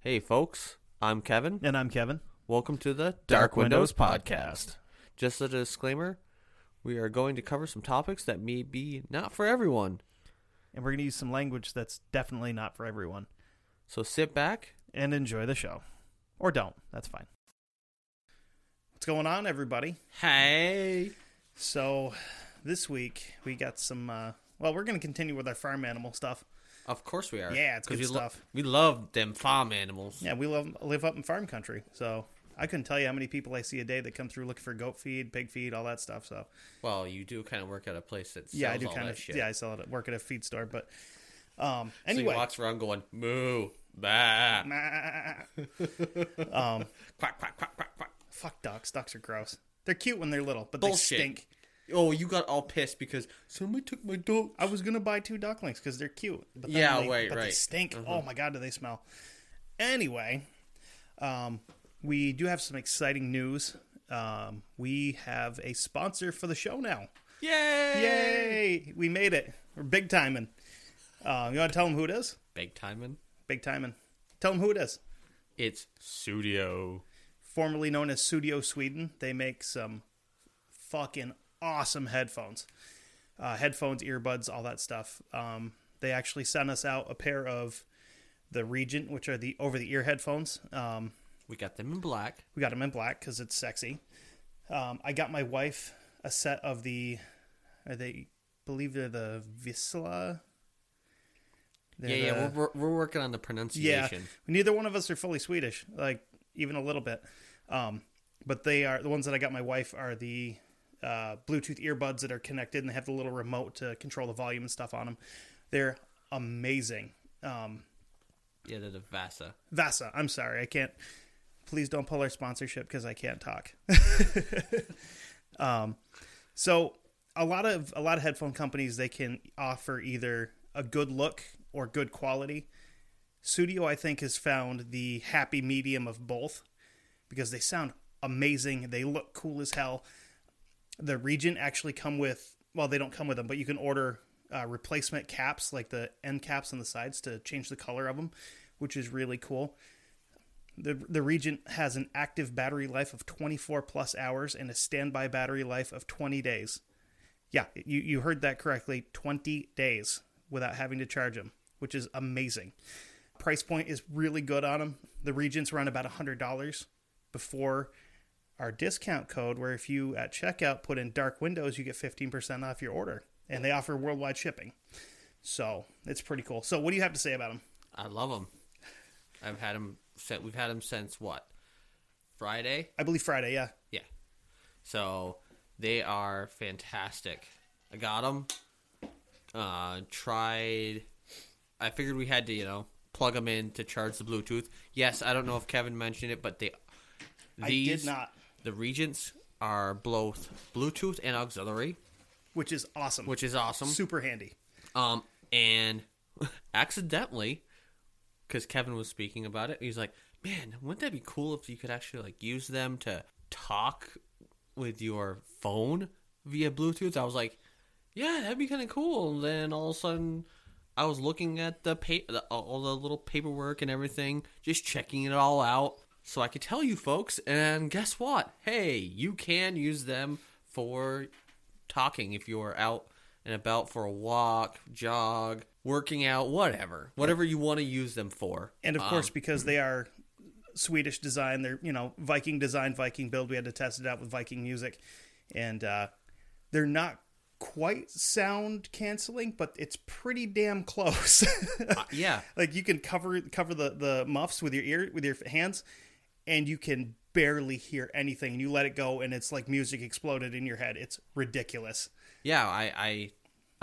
Hey, folks, I'm Kevin. And I'm Kevin. Welcome to the Dark Windows Podcast. Just a disclaimer we are going to cover some topics that may be not for everyone. And we're going to use some language that's definitely not for everyone. So sit back. And enjoy the show. Or don't. That's fine. What's going on, everybody? Hey. So, this week we got some. Uh, well, we're going to continue with our farm animal stuff. Of course we are. Yeah, it's 'Cause good we stuff. we love them farm animals. Yeah, we love, live up in farm country. So, I couldn't tell you how many people I see a day that come through looking for goat feed, pig feed, all that stuff. So, Well, you do kind of work at a place that sells yeah, I do all kind that of. shit. Yeah, I sell it at work at a feed store. But um, so anyway. Ah, he walks around going, moo, bah, quack, quack, quack, quack, quack. Fuck ducks. Ducks are gross. They're cute when they're little, but Bullshit. they stink. Oh, you got all pissed because somebody took my dog. I was gonna buy two ducklings because they're cute. But then Yeah, they, right, but They right. Mm-hmm. stink. Oh my god, do they smell? Anyway, um, we do have some exciting news. Um, we have a sponsor for the show now. Yay! Yay! We made it. We're big timing. Um, you want to tell them who it is? Big timing. Big timing. Tell them who it is. It's studio. Formerly known as Studio Sweden, they make some fucking awesome headphones. uh, headphones, earbuds, all that stuff. Um, they actually sent us out a pair of the Regent, which are the over the ear headphones. Um, We got them in black. we got them in black because it's sexy. Um, I got my wife a set of the, are they believe they're the Visla. They're yeah, yeah, the- we're, we're, we're working on the yeah. pronunciation. Neither one of us are fully Swedish, like even a little bit. Um, but they are the ones that I got my wife are the uh, Bluetooth earbuds that are connected and they have the little remote to control the volume and stuff on them. They're amazing. Um, Yeah, the, the Vasa. Vasa, I'm sorry, I can't. Please don't pull our sponsorship because I can't talk. um, so a lot of a lot of headphone companies they can offer either a good look or good quality. Studio, I think, has found the happy medium of both because they sound amazing. They look cool as hell. The Regent actually come with well, they don't come with them, but you can order uh, replacement caps like the end caps on the sides to change the color of them, which is really cool. The the Regent has an active battery life of 24 plus hours and a standby battery life of 20 days. Yeah, you you heard that correctly, 20 days without having to charge them, which is amazing. Price point is really good on them. The Regents were on about $100 before our discount code where if you at checkout put in dark windows you get 15% off your order and they offer worldwide shipping. So, it's pretty cool. So, what do you have to say about them? I love them. I've had them since we've had them since what Friday. I believe Friday, yeah. Yeah, so they are fantastic. I got them. Uh, tried. I figured we had to, you know, plug them in to charge the Bluetooth. Yes, I don't know if Kevin mentioned it, but they I did not, the Regents are both Bluetooth and auxiliary, which is awesome. which is awesome. super handy. Um, and accidentally, because Kevin was speaking about it, he's like, "Man, wouldn't that be cool if you could actually like use them to talk with your phone via Bluetooth?" I was like, "Yeah, that'd be kind of cool." And then all of a sudden, I was looking at the paper, the, all the little paperwork and everything, just checking it all out. So I could tell you folks, and guess what? Hey, you can use them for talking if you're out and about for a walk, jog, working out, whatever. Whatever you want to use them for. And of Um, course, because they are Swedish design, they're you know Viking design, Viking build. We had to test it out with Viking music, and uh, they're not quite sound canceling, but it's pretty damn close. yeah. like you can cover cover the the muffs with your ear with your hands, and you can barely hear anything. And you let it go, and it's like music exploded in your head. It's ridiculous. Yeah, I I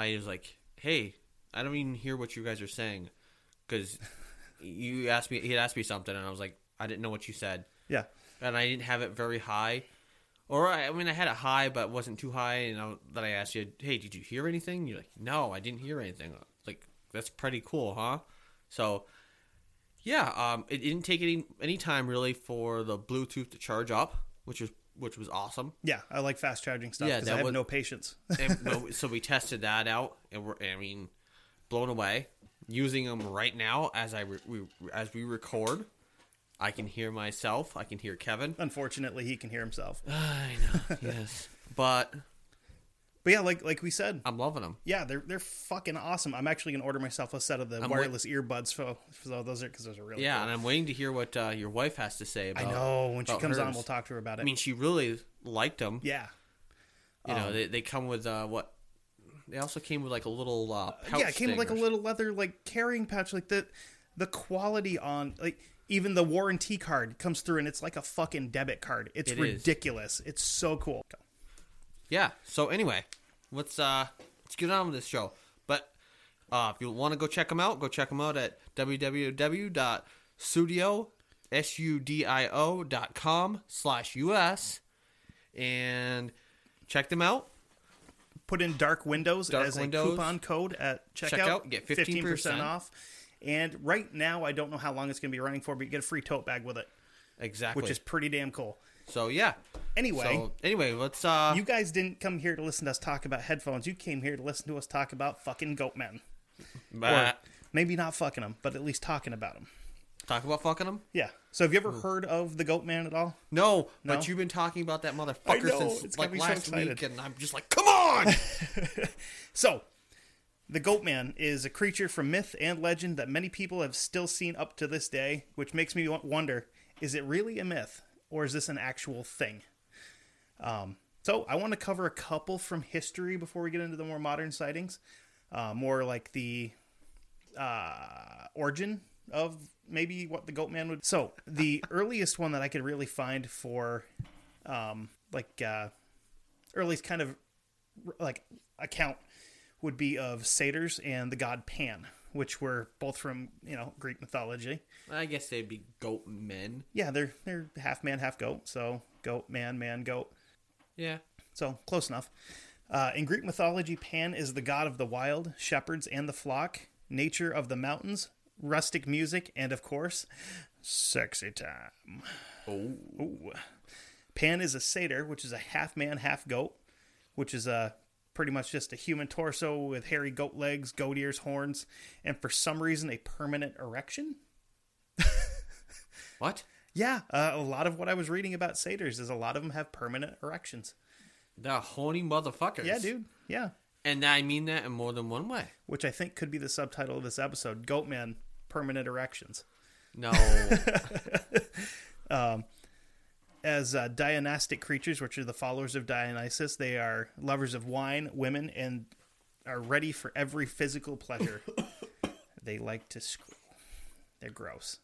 I was like, "Hey, I don't even hear what you guys are saying." because you asked me. He asked me something, and I was like, I didn't know what you said, Yeah. and I didn't have it very high. Or I, I mean, I had it high, but wasn't too high. And I, that I asked you, "Hey, did you hear anything?" You're like, "No, I didn't hear anything." Like that's pretty cool, huh? So, yeah, um, it didn't take any any time really for the Bluetooth to charge up, which was which was awesome. Yeah, I like fast charging stuff Yeah, because that I have was- no patience. and no- so we tested that out, and we're I mean, blown away. Using them right now as I re- we, as we record, I can hear myself. I can hear Kevin. Unfortunately, he can hear himself. I know. yes, but But yeah, like like we said, I'm loving them. yeah, they're they're fucking awesome. I'm actually gonna order myself a set of the I'm wa- wireless earbuds. So, so those are because those are really Yeah, Cool. and I'm waiting to hear what uh, your wife has to say I about. know. When she about comes on, hers. we'll talk to her about it. I mean, she really liked them. yeah, You know, they, they come with uh, what? They also came with like a little uh, pouch yeah. It came with like a thing or little leather like carrying pouch. Like the the quality on like even the warranty card comes through, and it's like a fucking debit card. It's It is. ridiculous. It's so cool. yeah so anyway let's uh let's get on with this show but uh if you want to go check them out go check them out at www.studio.com slash us and check them out put in dark windows Dark as a Windows. coupon code at checkout. Checkout, get 15% off. And right now, I don't know how long it's going to be running for, but you get a free tote bag with it, exactly which is pretty damn cool. so yeah Anyway, so anyway let's uh you guys didn't come here to listen to us talk about headphones. You came here to listen to us talk about fucking goat men. bah, Maybe not fucking them, but at least talking about them. talk about fucking them Yeah. So have you ever heard of the goat man at all? no, No? but you've been talking about that motherfucker know, it's since got like me so last week, excited. and I'm just like, come on! So, the goat man is a creature from myth and legend that many people have still seen up to this day, which makes me wa- wonder is it really a myth or is this an actual thing? Um, so, I want to cover a couple from history before we get into the more modern sightings, uh, more like the uh, origin of maybe what the goat man would. So, the earliest one that I could really find for um, like uh, earliest kind of like account would be of satyrs and the god Pan, which were both from you know Greek mythology. I guess they'd be goat men. Yeah, they're they're half man, half goat. So goat man, man goat. Yeah, So close enough. Uh, in Greek mythology, Pan is the god of the wild, shepherds and the flock, nature of the mountains, rustic music, and of course, sexy time. Oh. Ooh. Pan is a satyr, which is a half man, half goat, which is a pretty much just a human torso with hairy goat legs, goat ears, horns, and for some reason a permanent erection. What? Yeah, uh, a lot of what I was reading about satyrs is a lot of them have permanent erections. The horny motherfuckers. Yeah, dude. Yeah, And I mean that in more than one way. which I think could be the subtitle of this episode: Goat Man, permanent erections. No. as uh, Dionystic creatures, which are the followers of Dionysus. They are lovers of wine, women, and are ready for every physical pleasure. they like to screw. They're gross.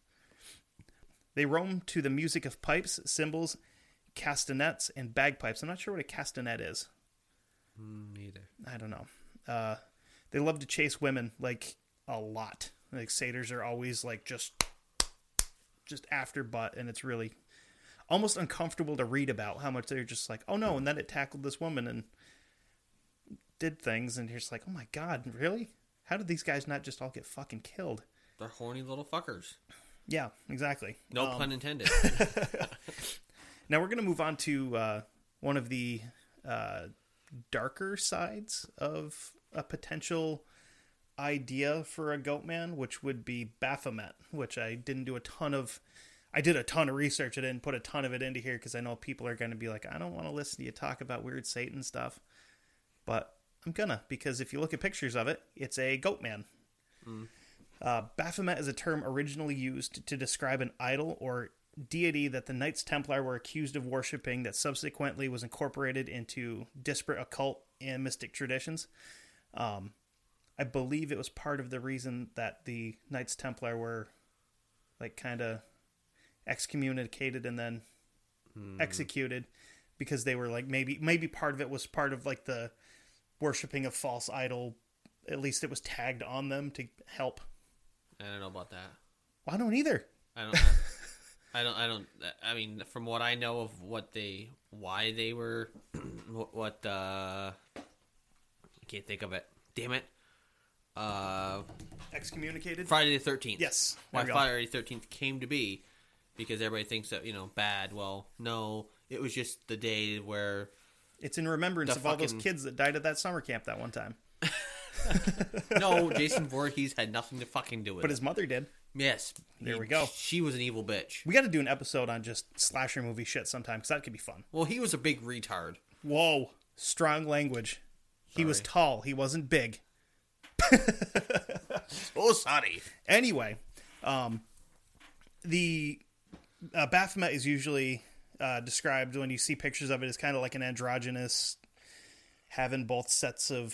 They roam to the music of pipes, cymbals, castanets, and bagpipes. I'm not sure what a castanet is. Neither. I don't know. Uh, they love to chase women like a lot. Like satyrs are always like just just after butt, and it's really almost uncomfortable to read about how much they're just like, oh no, and then it tackled this woman and did things, and you're just like, oh my god, really? How did these guys not just all get fucking killed? They're horny little fuckers. Yeah, exactly. No pun intended. Now we're going to move on to uh, one of the uh, darker sides of a potential idea for a goat man, which would be Baphomet, which I didn't do a ton of. I did a ton of research. I didn't put a ton of it into here because I know people are going to be like, I don't want to listen to you talk about weird Satan stuff. But I'm going to because if you look at pictures of it, it's a goat man. Uh, Baphomet is a term originally used to describe an idol or deity that the Knights Templar were accused of worshiping that subsequently was incorporated into disparate occult and mystic traditions. Um, I believe it was part of the reason that the Knights Templar were like kind of excommunicated and then executed because they were like maybe maybe part of it was part of like the worshiping of false idol at least it was tagged on them to help I don't know about that. Well, I don't either. I don't. I don't. I don't. I mean, from what I know of what they, why they were, what, what uh, I can't think of it. Damn it. Uh, Excommunicated. Friday the Thirteenth. Yes, there Why we go. Friday the Thirteenth came to be, because everybody thinks that you know bad. Well, no, it was just the day where It's in remembrance The of all those fucking- kids that died at that summer camp that one time. no Jason Voorhees had nothing to fucking do with But it. his mother did. Yes, There we go. She was an evil bitch. We got to do an episode on just slasher movie shit sometime because that could be fun. Well, he was a big retard. Whoa, strong language. He was tall. He wasn't big. Oh, sorry. Anyway, um, the uh, Baphomet is usually uh, described when you see pictures of it as kind of like an androgynous, having both sets of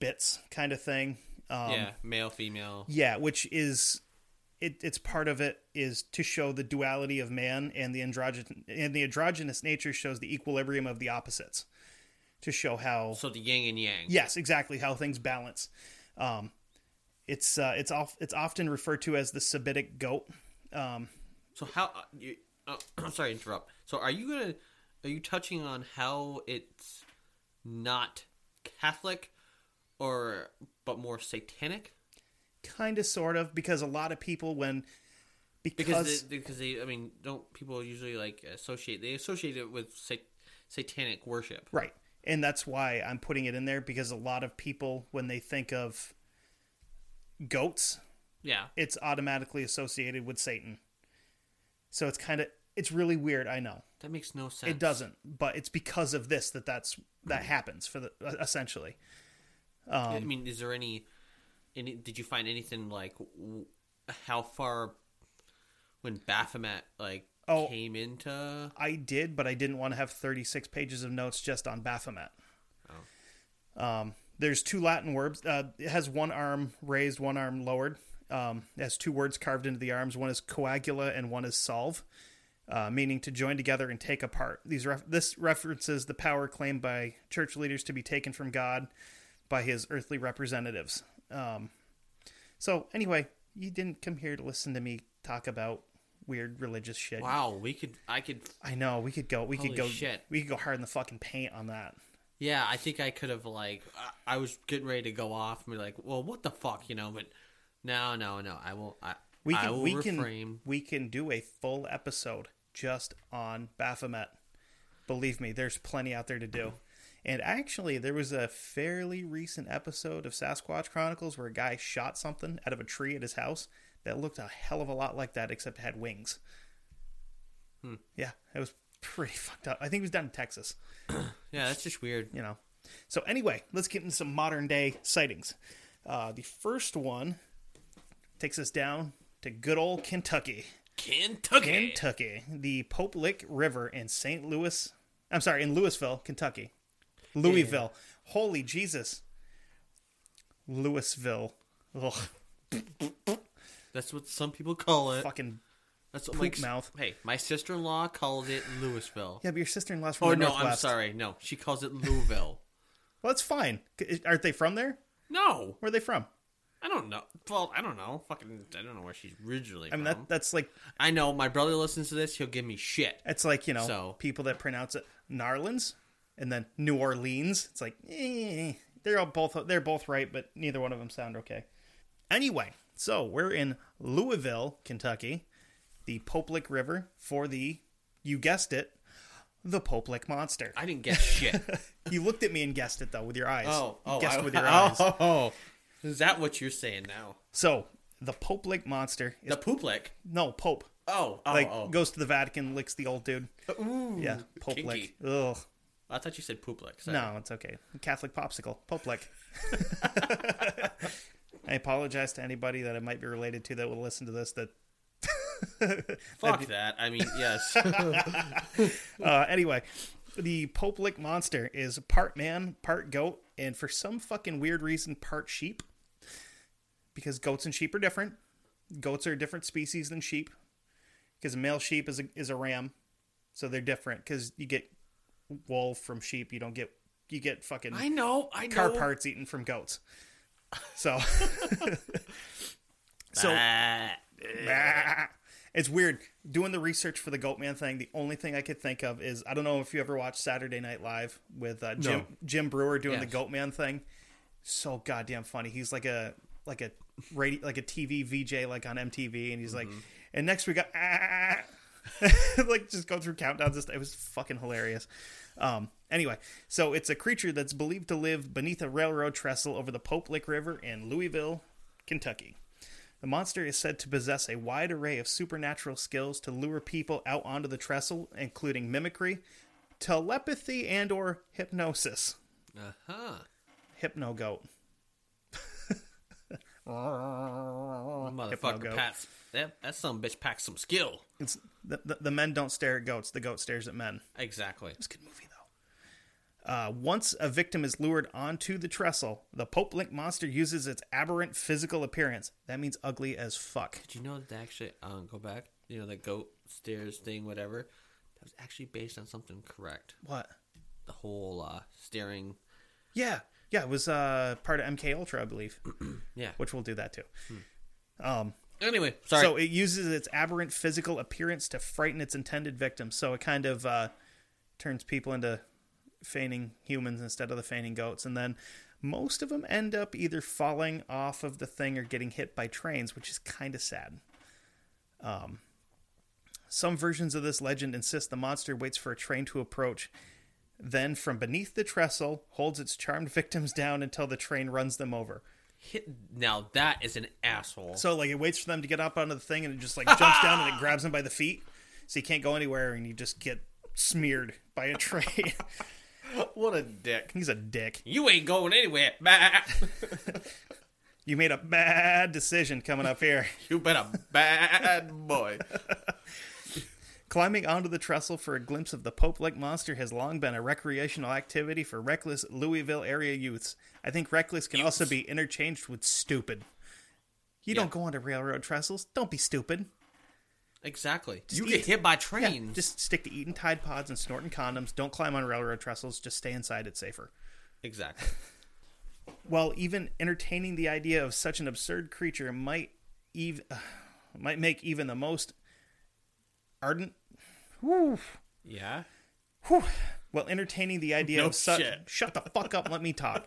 bits kind of thing. Um, yeah, male, female. Yeah, which is it, it's part of it is to show the duality of man and the androgyn and the androgynous nature shows the equilibrium of the opposites to show how So the yin and yang. yes exactly how things balance. Um, it's uh, it's off it's often referred to as the Semitic goat. Um, So how? uh, You, oh, I'm sorry, to interrupt. So are you gonna? Are you touching on how it's not Catholic, or but more satanic? kind of sort of because a lot of people when because, Because they, because they, I mean, don't people usually like associate? They associate it with sa- satanic worship. Right. And that's why I'm putting it in there because a lot of people, when they think of goats, Yeah. it's automatically associated with Satan. So it's kind of it's really weird. I know That makes no sense. it doesn't, but it's because of this that that's that happens for the essentially. I Um, mean, is there any, any? Did you find anything like w- how far when Baphomet like Oh. came into? I did, but I didn't want to have 36 pages of notes just on Baphomet. Um, there's two Latin words. Uh, it has one arm raised, one arm lowered. Um, it has two words carved into the arms. One is coagula and one is solve, uh, meaning to join together and take apart. These ref- this references the power claimed by church leaders to be taken from God by his earthly representatives. Um, so anyway, you didn't come here to listen to me talk about weird religious shit. Wow, we could. I could. I know we could go. We could Holy go. shit. We could go hard in the fucking paint on that. Yeah, I think I could have like. I, I was getting ready to go off and be like, "Well, what the fuck," you know. But no, no, no. I will. I, We I can. will we refrain. can. We can do a full episode just on Baphomet. Believe me, there's plenty out there to do. And actually, there was a fairly recent episode of Sasquatch Chronicles where a guy shot something out of a tree at his house that looked a hell of a lot like that, except it had wings. Hmm. Yeah, it was pretty fucked up. I think he was down in Texas. Yeah, that's just weird. you know. So anyway, let's get into some modern day sightings. Uh, the first one takes us down to good old Kentucky. Kentucky. Kentucky, the Pope Lick River in St. Louis. I'm sorry, in Louisville, Kentucky. Louisville. Holy Jesus. Louisville. Ugh, That's what some people call it. fucking That's what my poop mouth. Hey, my sister-in-law called it Louisville. yeah. But your sister in law's from oh the no, I'm Northwest. sorry. No, she calls it Louisville. Well, that's fine. C- Aren't they from there? no, Where are they from? I don't know. Well, I don't know. Fucking, I don't know where she's originally I mean, from. that, that's like I know my brother listens to this. He'll give me shit. It's like, you know, So- people that pronounce it Narlins and then New Orleans. It's like, eh, they're all both they're both right, but neither one of them sound okay. Anyway, so we're in Louisville, Kentucky, the Poplick River for the you guessed it, the Poplick monster. I didn't get shit. you looked at me and guessed it though with your eyes. oh, You oh, guessed I- with your oh, eyes. Oh, oh. is that what you're saying now? So the Poplick monster is The poop lick. no Pope. Oh, oh, Like oh. goes to the Vatican, licks the old dude. Ooh, Yeah, Pope kinky. lick. Ugh. I thought you said poop lick. Sorry. No, it's okay. Catholic popsicle, Pope like. I apologize to anybody that I might be related to that will listen to this. That fuck that. I mean, yes. uh, anyway, the Pope Lick monster is part man, part goat, and for some fucking weird reason, part sheep. Because goats and sheep are different. Goats are a different species than sheep. Because a male sheep is a, is a ram, so they're different. Because you get wool from sheep, you don't get you get fucking I know. I know. car parts eaten from goats. So, So Ah. Bah. It's weird doing the research for the Goatman thing. The only thing I could think of is I don't know if you ever watched Saturday Night Live with uh, Jim No. Jim Brewer doing Yes. the Goatman thing. So goddamn funny. He's like a like a radio like a TV VJ like on MTV, and he's like, Mm-hmm. and next we got ah. like just go through countdowns. and stuff. It was fucking hilarious. Um, anyway, so it's a creature that's believed to live beneath a railroad trestle over the Pope Lick River in Louisville, Kentucky. The monster is said to possess a wide array of supernatural skills to lure people out onto the trestle, including mimicry, telepathy, and or hypnosis. uh-huh. Hypno goat. Motherfucker goat. packs that that some bitch packs some skill. It's the, the, the men don't stare at goats. The goat stares at men. Exactly. It's a good movie though. Uh, once a victim is lured onto the trestle, the Pope Link monster uses its aberrant physical appearance. That means ugly as fuck. Did you know that actually um go back? You know, the goat stairs thing, whatever. That was actually based on something correct. What? The whole uh staring Yeah, yeah. It was uh, part of MK Ultra, I believe, Yeah. which we'll do that too. Anyway, sorry. So it uses its aberrant physical appearance to frighten its intended victim. So it kind of uh, turns people into feigning humans instead of the feigning goats, and then most of them end up either falling off of the thing or getting hit by trains, which is kind of sad. Um, some versions of this legend insist the monster waits for a train to approach, then from beneath the trestle holds its charmed victims down until the train runs them over. Hit, now that is an asshole. So like it waits for them to get up onto the thing and it just like jumps down and it grabs them by the feet. So you can't go anywhere and you just get smeared by a train. what a dick. He's a dick. You ain't going anywhere. Bah. You made a bad decision coming up here. you been a bad boy. Climbing onto the trestle for a glimpse of the Pope like monster has long been a recreational activity for reckless Louisville area youths. I think reckless can also be interchanged with stupid. You don't go onto railroad trestles. Don't be stupid. Exactly. you eat. get hit by Yeah, trains. just stick to eating Tide Pods and snorting condoms. Don't climb on railroad trestles. Just stay inside. It's safer. Exactly. while even entertaining the idea of such an absurd creature might ev- might make even the most ardent Yeah. whew, while entertaining the idea No of such shit. shut the fuck up let me talk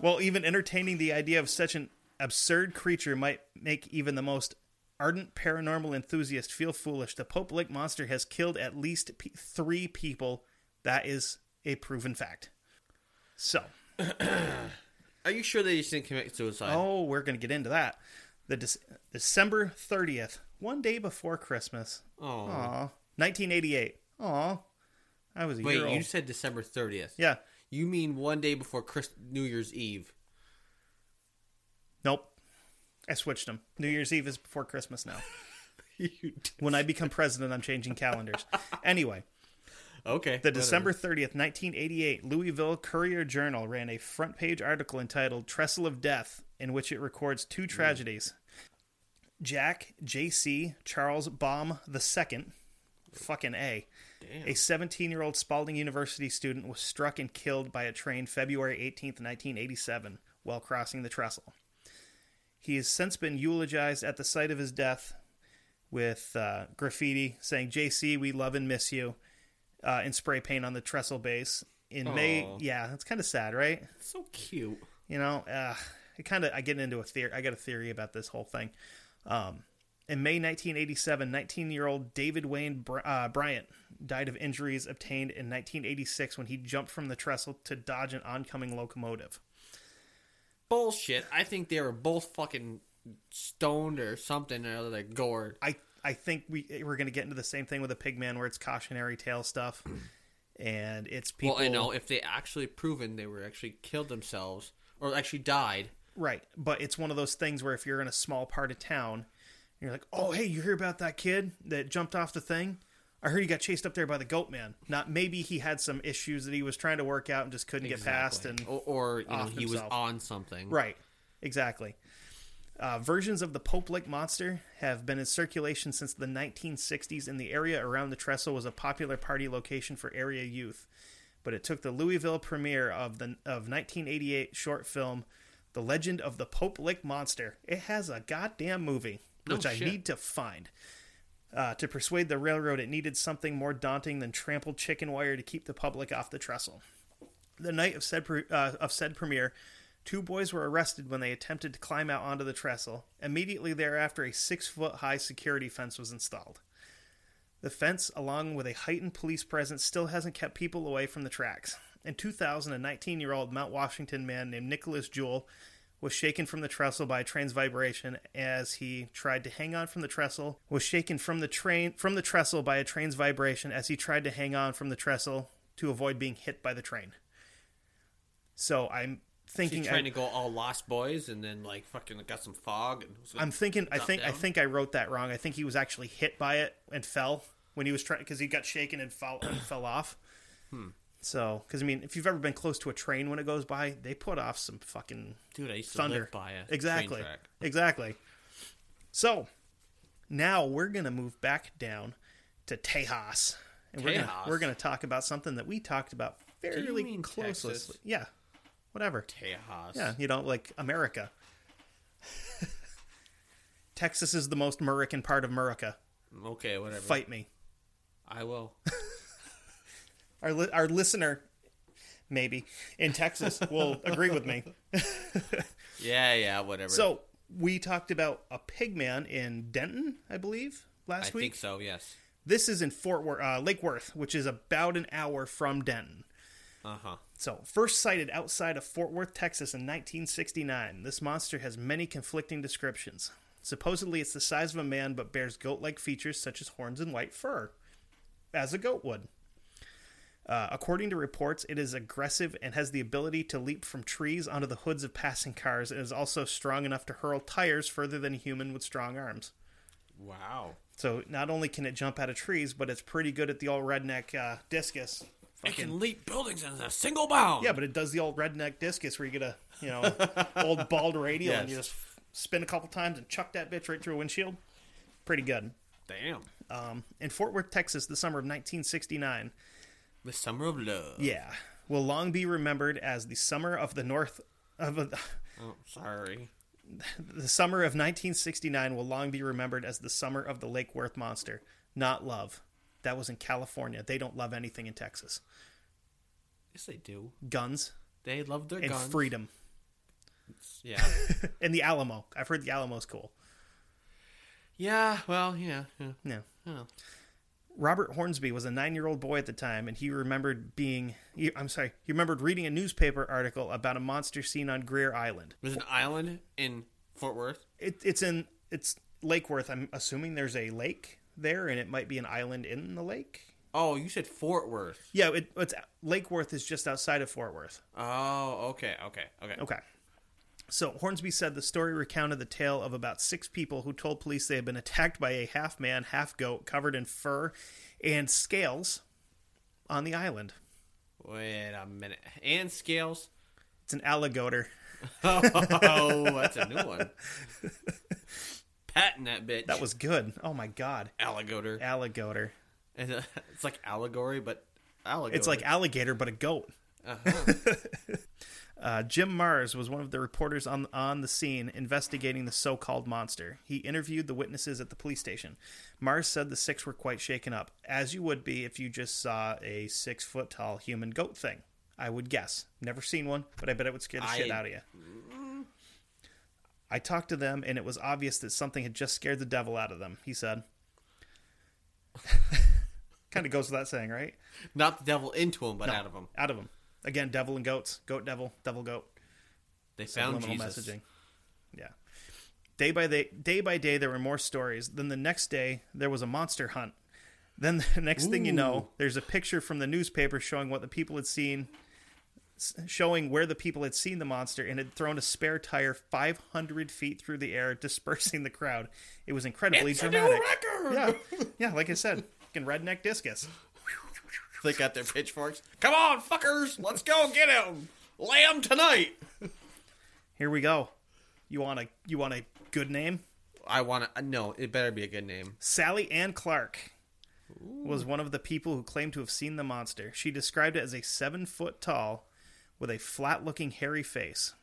while even entertaining the idea of such an absurd creature might make even the most ardent paranormal enthusiast feel foolish the pope lick monster has killed at least p- 3 people that is a proven fact so Are you sure they just didn't commit suicide? Oh, we're going to get into that. The Dec- December 30th, one day before Christmas. Aw. Aw. 1988. Aw. I was a Wait, year old. you said December 30th. yeah. You mean one day before Chris- New Year's Eve. Nope. I switched them. New Year's Eve is before Christmas now. when I become president, I'm changing calendars. anyway. Okay. The December 30th, 1988, Louisville Courier Journal ran a front page article entitled Trestle of Death, in which it records two tragedies Jack J.C. Charles Baum II, fucking A, a 17 year old Spalding University student, was struck and killed by a train February 18th, 1987, while crossing the trestle. He has since been eulogized at the site of his death with uh, graffiti saying, JC, we love and miss you, uh, and spray paint on the trestle base. In May, Aw. yeah, that's kind of sad, right? So cute. you know uh, it kind of i get into a theory i got a theory about this whole thing um, in may 1987 19 year old david wayne Br- uh, bryant died of injuries obtained in 1986 when he jumped from the trestle to dodge an oncoming locomotive Bullshit. I think they were both fucking stoned or something or other, like gored. i i think we we're going to get into the same thing with the pigman where it's cautionary tale stuff and it's people Well, I know if they actually proven they were actually killed themselves or actually died. Right. But it's one of those things where if you're in a small part of town and you're like, oh, hey, you hear about that kid that jumped off the thing? I heard he got chased up there by the goat man. Not maybe he had some issues that he was trying to work out and just couldn't get past. And Exactly. or, or you know off he himself. was on something. Right. Exactly. Uh, versions of the Pope Lake monster have been in circulation since the 1960s, and the area around the trestle was a popular party location for area youth. But it took the Louisville premiere of the of 1988 short film The Legend of the Pope Lick Monster. It has a goddamn movie, No which I shit. need to find. Uh, to persuade the railroad, it needed something more daunting than trampled chicken wire to keep the public off the trestle. The night of said, pre- uh, of said premiere, two boys were arrested when they attempted to climb out onto the trestle. Immediately thereafter, a six foot high security fence was installed. The fence, along with a heightened police presence, still hasn't kept people away from the tracks. In 2000, a 19 year old Mount Washington man named Nicholas Jewell was shaken from the trestle by a train's vibration as he tried to hang on from the trestle was shaken from the train from the trestle by a train's vibration as he tried to hang on from the trestle to avoid being hit by the train so i'm thinking She's trying to go all Lost Boys and then like fucking got some fog and was like, I'm thinking. I Drop think. I down? think I wrote that wrong. I think he was actually hit by it and fell when he was trying because he got shaken and fell and fell off. Hmm. So, because I mean, if you've ever been close to a train when it goes by, they put off some fucking dude. I used to thunder. live by a exactly. Train track. Exactly. So now we're gonna move back down to Tejas, and we're gonna Tejas? we're gonna talk about something that we talked about you fairly mean closely. Texas? Yeah. Whatever. Tejas. Yeah, you know, like America. Texas is the most American part of America. Mm, Okay, whatever. Fight me. I will. Our, li- our listener, maybe, in Texas will agree with me. Yeah, yeah, whatever. So, we talked about a pig man in Denton, I believe, I last week. think so. Yes. This is in Fort Worth, uh, Lake Worth, which is about an hour from Denton. Uh huh. So, first sighted outside of Fort Worth, Texas in 1969, this monster has many conflicting descriptions. Supposedly, it's the size of a man but bears goat like features such as horns and white fur, as a goat would. Uh, according to reports, it is aggressive and has the ability to leap from trees onto the hoods of passing cars and is also strong enough to hurl tires further than a human with strong arms. Wow. So, not only can it jump out of trees, but it's pretty good at the old redneck uh, discus. It can leap buildings in a single bound. Yeah, but it does the old redneck discus where you get a you know old bald radial and Yes. you just spin a couple times and chuck that bitch right through a windshield. Pretty good. Damn. Um, in Fort Worth, Texas, the summer of 1969. The summer of love. Yeah, will long be remembered as the summer of the North of a, Oh, sorry. the summer of 1969 will long be remembered as the summer of the Lake Worth monster. Not love. That was in California. They don't love anything in Texas. Yes, they do. Guns They love their and guns. freedom. Yeah. And the Alamo. I've heard the Alamo's cool. yeah. Well, yeah. yeah. Yeah. Oh. Robert Hornsby was a nine year old boy at the time, and he remembered being, he- I'm sorry, he remembered reading a newspaper article about a monster seen on Greer Island. There's an island in Fort Worth. It, it's in, it's Lake Worth. I'm assuming there's a lake there, and it might be an island in the lake. Oh, you said Fort Worth. Yeah, it, it's Lake Worth is just outside of Fort Worth. Oh, okay, okay, okay. Okay. So Hornsby said the story recounted the tale of about six people who told police they had been attacked by a half man, half goat covered in fur and scales on the island. Wait a minute. And scales. It's an alligator. Oh, that's a new one. Patent that bitch. That was good. Oh my god, alligator. alligator. And, uh, It's like allegory, but alligator. It's like alligator but a goat. Uh, Jim Mars was one of the reporters on on the scene investigating the so-called monster. He interviewed the witnesses at the police station. Mars said the six were quite shaken up, as you would be if you just saw a six-foot-tall human goat thing. I would guess. Never seen one, but I bet it would scare the I- shit out of you. I talked to them, and it was obvious that something had just scared the devil out of them. He said. kind of goes without saying, right? not the devil into him, but out of him. Out of them. Again, devil and goats. Goat devil, devil goat. They found Subliminal Jesus. messaging. Yeah. Day by day, day by day, there were more stories. Then the next day, there was a monster hunt. Then the next thing you know, there's a picture from the newspaper showing what the people had seen, s- showing where the people had seen the monster and had thrown a spare tire 500 feet through the air, dispersing the crowd. It was incredibly It's a new dramatic. record! Yeah, yeah. Like I said, fucking redneck discus. They got their pitchforks. Come on, fuckers! Let's go get him. Lay him tonight. Here we go. You want a you want a good name? I want to. No, it better be a good name. Sally Ann Clark was one of the people who claimed to have seen the monster. She described it as a seven foot tall with a flat looking hairy face.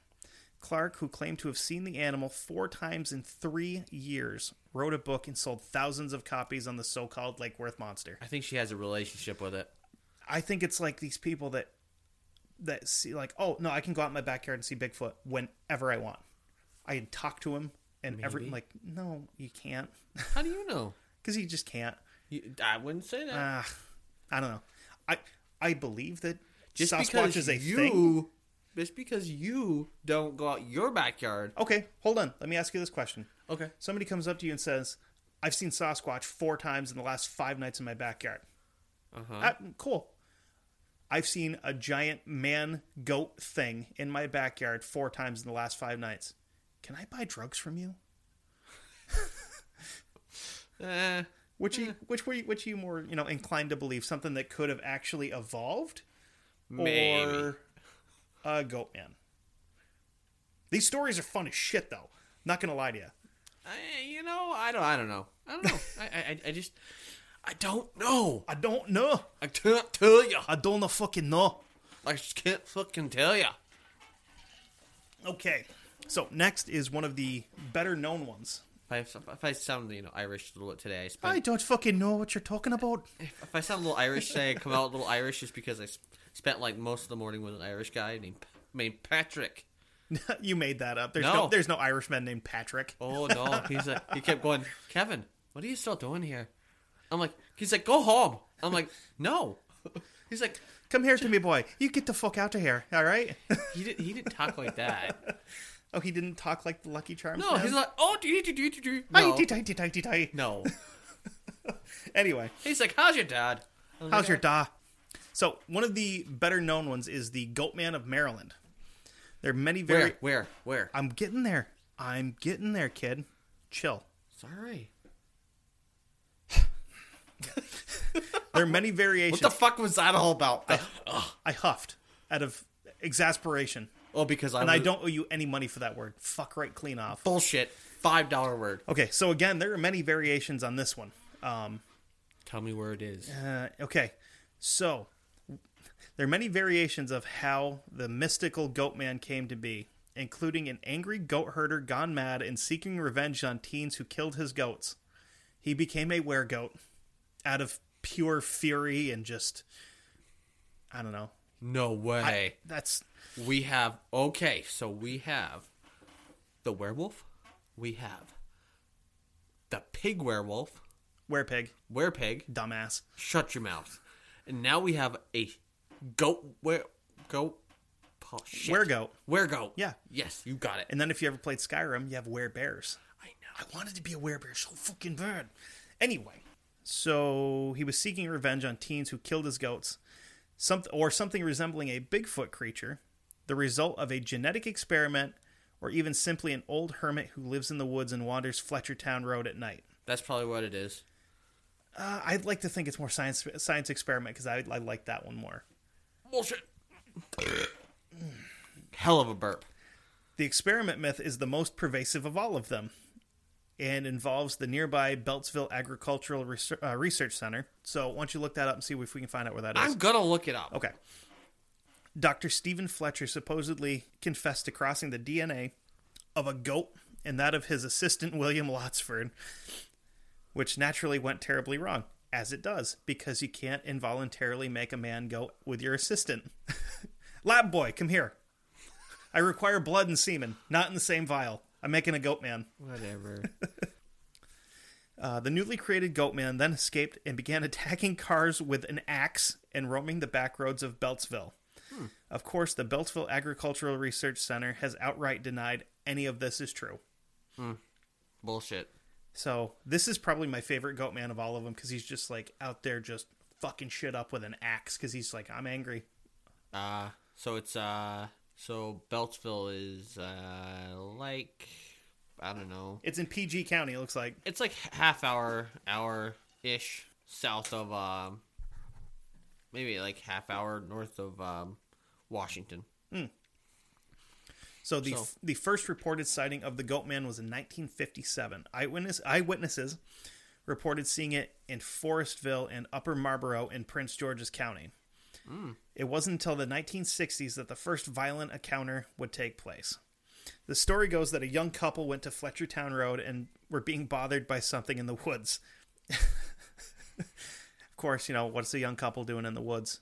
Clark, who claimed to have seen the animal four times in three years, wrote a book and sold thousands of copies on the so called Lake Worth monster. I think she has a relationship with it. I think it's like these people that that see like, oh no, I can go out in my backyard and see Bigfoot whenever I want. I can talk to him and every Maybe. like, no, you can't, How do you know? because he just can't. You, I wouldn't say that. Ah, I don't know. I I believe that just Sasquatch because is a you, thing. Just because you don't go out your backyard. Okay, hold on. Let me ask you this question. Okay. Somebody comes up to you and says, "I've seen Sasquatch four times in the last five nights in my backyard." Uh huh. Ah, cool. I've seen a giant man goat thing in my backyard four times in the last five nights. Can I buy drugs from you? Eh, Which you, which were you, which you more you know inclined to believe something that could have actually evolved, maybe. or a goat man? These stories are fun as shit, though. Not gonna lie to you. I, you know, I don't. I don't know. I don't know. I, I, I just. I don't know. I don't know. I can't tell you. I don't know fucking know. I just can't fucking tell you. Okay, so next is one of the better known ones. If I, if I sound you know Irish a little today, I spent. I don't fucking know what you're talking about. If I sound a little Irish today, I come out a little Irish just because I s- spent like most of the morning with an Irish guy named named Patrick. you made that up. There's no. No. there's no Irishman named Patrick. Oh no, he's like he kept going. Kevin, what are you still doing here? I'm like, he's like, go home. I'm like, no. He's like, Come here to me, boy. You get the fuck out of here. All right. he didn't he didn't talk like that. oh, he didn't talk like the Lucky Charms. No, man? he's like, oh, do do do do do. Hi, No, dee, dee, dee, dee, dee, dee. no. Anyway, He's like, how's your dad? I'm how's like, your da? So one of the better known ones is the Goat Man of Maryland. There are many very. where where where? I'm getting there. I'm getting there, kid. Chill. Sorry. There are many What variations. the fuck was that all about? I huffed out of exasperation, oh, because I and I was- don't owe you any money for that word. Fuck right, clean off. bullshit. Five dollar word. Okay, so again, there are many variations on this one. Tell me where it is. Uh, okay, so there are many variations of how the mystical goat man came to be, including an angry goat herder gone mad and seeking revenge on teens who killed his goats. He became a weregoat out of pure fury and just, I don't know. No way. That's We have okay, so we have the werewolf, we have the pig werewolf, werepig, werepig. dumbass. Shut your mouth. And now we have a goat were goat. Oh, shit. Weregoat. Weregoat. Yeah. Yes, you got it. And then if you ever played Skyrim, you have werebears. I I know. wanted to be a werebear so fucking bad. Anyway, so he was seeking revenge on teens who killed his goats, some, or something resembling a Bigfoot creature, the result of a genetic experiment, or even simply an old hermit who lives in the woods and wanders Fletchertown Road at night. That's probably what it is. Uh, I'd like to think it's more science science experiment because I, I like that one more. Bullshit. Hell of a burp. The experiment myth is the most pervasive of all of them and involves the nearby Beltsville Agricultural Research, uh, Research Center. So, why don't you look that up and see if we can find out where that is? I'm gonna look it up. Okay. Dr. Stephen Fletcher supposedly confessed to crossing the DNA of a goat and that of his assistant, William Lotsford, which naturally went terribly wrong, as it does, because you can't involuntarily make a man go with your assistant. Lab boy, come here. I require blood and semen, not in the same vial. I'm making a goat man. Whatever. Uh, the newly created Goatman then escaped and began attacking cars with an axe and roaming the back roads of Beltsville. Of course, the Beltsville Agricultural Research Center has outright denied any of this is true. Bullshit. So, this is probably my favorite Goatman of all of them because he's just like out there just fucking shit up with an axe because he's like, I'm angry. Uh, so it's uh, so Beltsville is uh, like I don't know. It's in PG County, it looks like. It's like h- half hour, hour ish south of um, maybe like half hour north of um, Washington. So the So- the first reported sighting of the goat man was in 1957. Eyewitness eyewitnesses reported seeing it in Forestville and Upper Marlboro in Prince George's County. Hmm. It wasn't until the 1960s that the first violent encounter would take place. The story goes that a young couple went to Fletchertown Road and were being bothered by something in the woods. of course, you know, what's a young couple doing in the woods?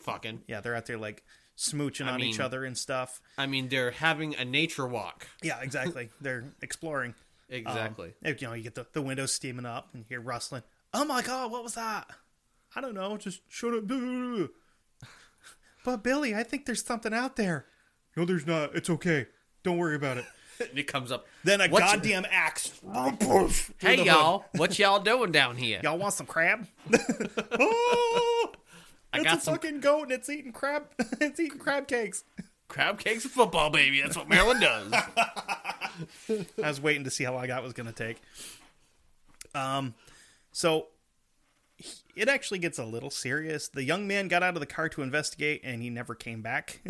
Fucking. Yeah, they're out there like smooching I on mean- each other and stuff. I mean, they're having a nature walk. Yeah, exactly. they're exploring. Um, Exactly. you know, you get the, the windows steaming up and you hear rustling. Oh my god, what was that? I don't know. Just shut up. but Billy, I think there's something out there. No, there's not. It's okay. Don't worry about it. and it comes up. Then a What's- goddamn axe. through the Hey hood. y'all, what y'all doing down here? Y'all want some crab? oh, I it's got a some fucking goat and it's eating crab. it's eating crab cakes. crab cakes and football, baby. That's what Maryland does. I was waiting to see how long that was going to take. Um, so he- it actually gets a little serious. The young man got out of the car to investigate, and he never came back.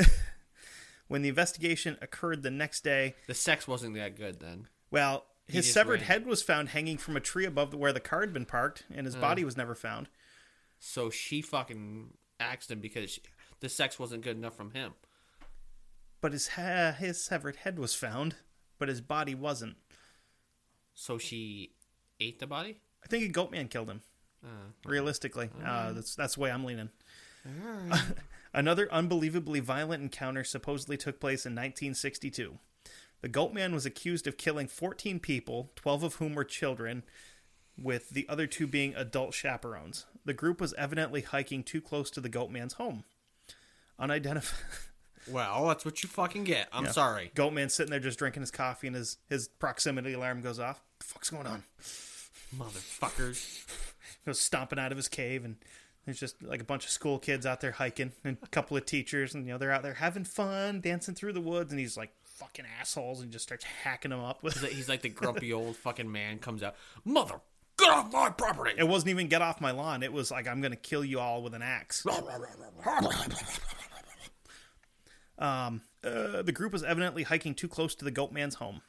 when the investigation occurred the next day, the sex wasn't that good then. well, his just severed ran. head was found hanging from a tree above the, where the car had been parked, and his body was never found. So she fucking axed him because she, the sex wasn't good enough from him. But his ha- his severed head was found, but his body wasn't. So she ate the body. I think a goat man killed him. Realistically, uh, that's that's the way I'm leaning. Another unbelievably violent encounter supposedly took place in 1962. The goat man was accused of killing 14 people, 12 of whom were children, with the other two being adult chaperones. The group was evidently hiking too close to the goat man's home. Unidentified. Well, that's what you fucking get. I'm sorry. Goat man's sitting there just drinking his coffee, and his his proximity alarm goes off. The fuck's going on? Motherfuckers. goes stomping out of his cave and there's just like a bunch of school kids out there hiking and a couple of teachers and you know they're out there having fun dancing through the woods and he's like fucking assholes and he just starts hacking them up with He's like the grumpy old fucking man comes out. Mother, get off my property. it wasn't even get off my lawn it was like i'm gonna kill you all with an axe um, uh, the group was evidently hiking too close to the goat man's home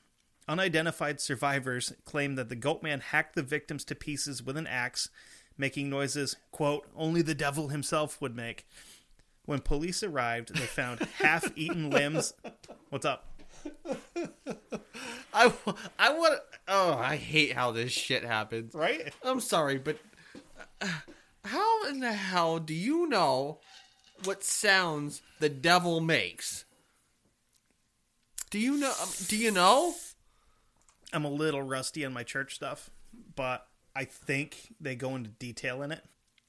unidentified survivors claim that the goat man hacked the victims to pieces with an axe making noises quote only the devil himself would make When police arrived, they found half eaten limbs. What's up? I, I want. Oh, I hate how this shit happens. Right? I'm sorry, but uh, how in the hell do you know what sounds the devil makes? Do you know? um, Do you know? I'm a little rusty on my church stuff, but I think they go into detail in it.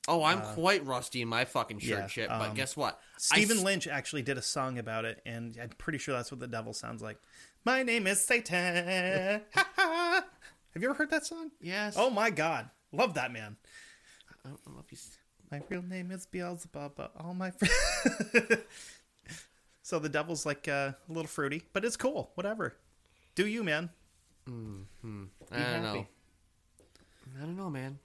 Oh, I'm quite rusty in my fucking shirt Uh, yeah, shit. But um, guess what? Stephen I, s- Lynch actually did a song about it, and I'm pretty sure that's what the devil sounds like. My name is Satan. Ha ha. Have you ever heard that song? yes. Oh my God. Love that man. I don't know if he's- My real name is Beelzebub, but all my friends. so the devil's like uh, a little fruity, but it's cool. Whatever. Do you, man. I don't happy. know. I don't know, man.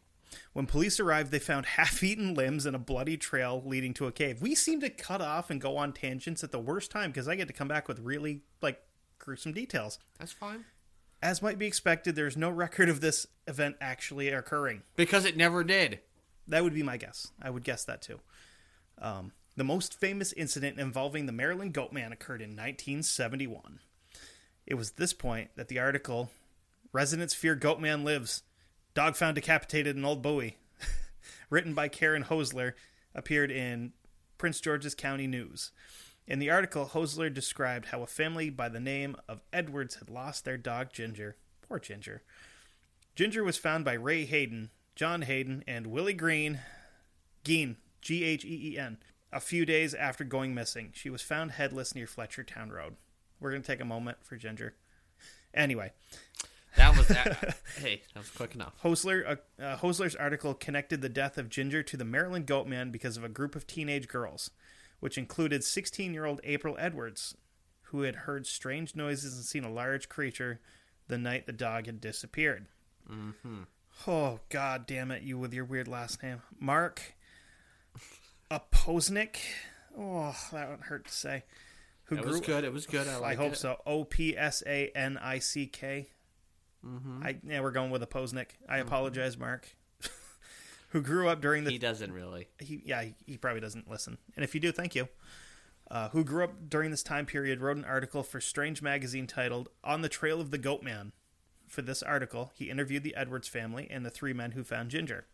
When police arrived, they found half eaten limbs and a bloody trail leading to a cave. We seem to cut off and go on tangents at the worst time because I get to come back with really, like, gruesome details. That's fine. As might be expected, there's no record of this event actually occurring. Because it never did. That would be my guess. I would guess that too. Um, the most famous incident involving the Maryland Goat Man occurred in 1971. It was this point that the article "Residents Fear Goat Man Lives: Dog Found Decapitated in Old Bowie," written by Karen Hosler, appeared in Prince George's County News. In the article, Hosler described how a family by the name of Edwards had lost their dog Ginger. Poor Ginger. Ginger was found by Ray Hayden, John Hayden, and Willie Green, Geen, G H E E N, a few days after going missing. She was found headless near Fletchertown Road. We're going to take a moment for Ginger. Anyway, That was that. hey, that was quick enough. Hosler, uh, uh, Hosler's article connected the death of Ginger to the Maryland Goat Man because of a group of teenage girls, which included 16 year old April Edwards, who had heard strange noises and seen a large creature the night the dog had disappeared. Mm-hmm. Oh, god damn it, you with your weird last name. Mark Aposnick. Oh, that one hurt to say. Who It was good. It was good. I, I liked hope it. so. O P S A N I C K. I yeah, we're going with a Posnick. I apologize, Mark. Who grew up during the He doesn't really. he, yeah he, he probably doesn't listen, and if you do, thank you. uh, who grew up during this time period, wrote an article for Strange magazine titled On the Trail of the Goat Man. For this article, he interviewed the Edwards family and the three men who found Ginger.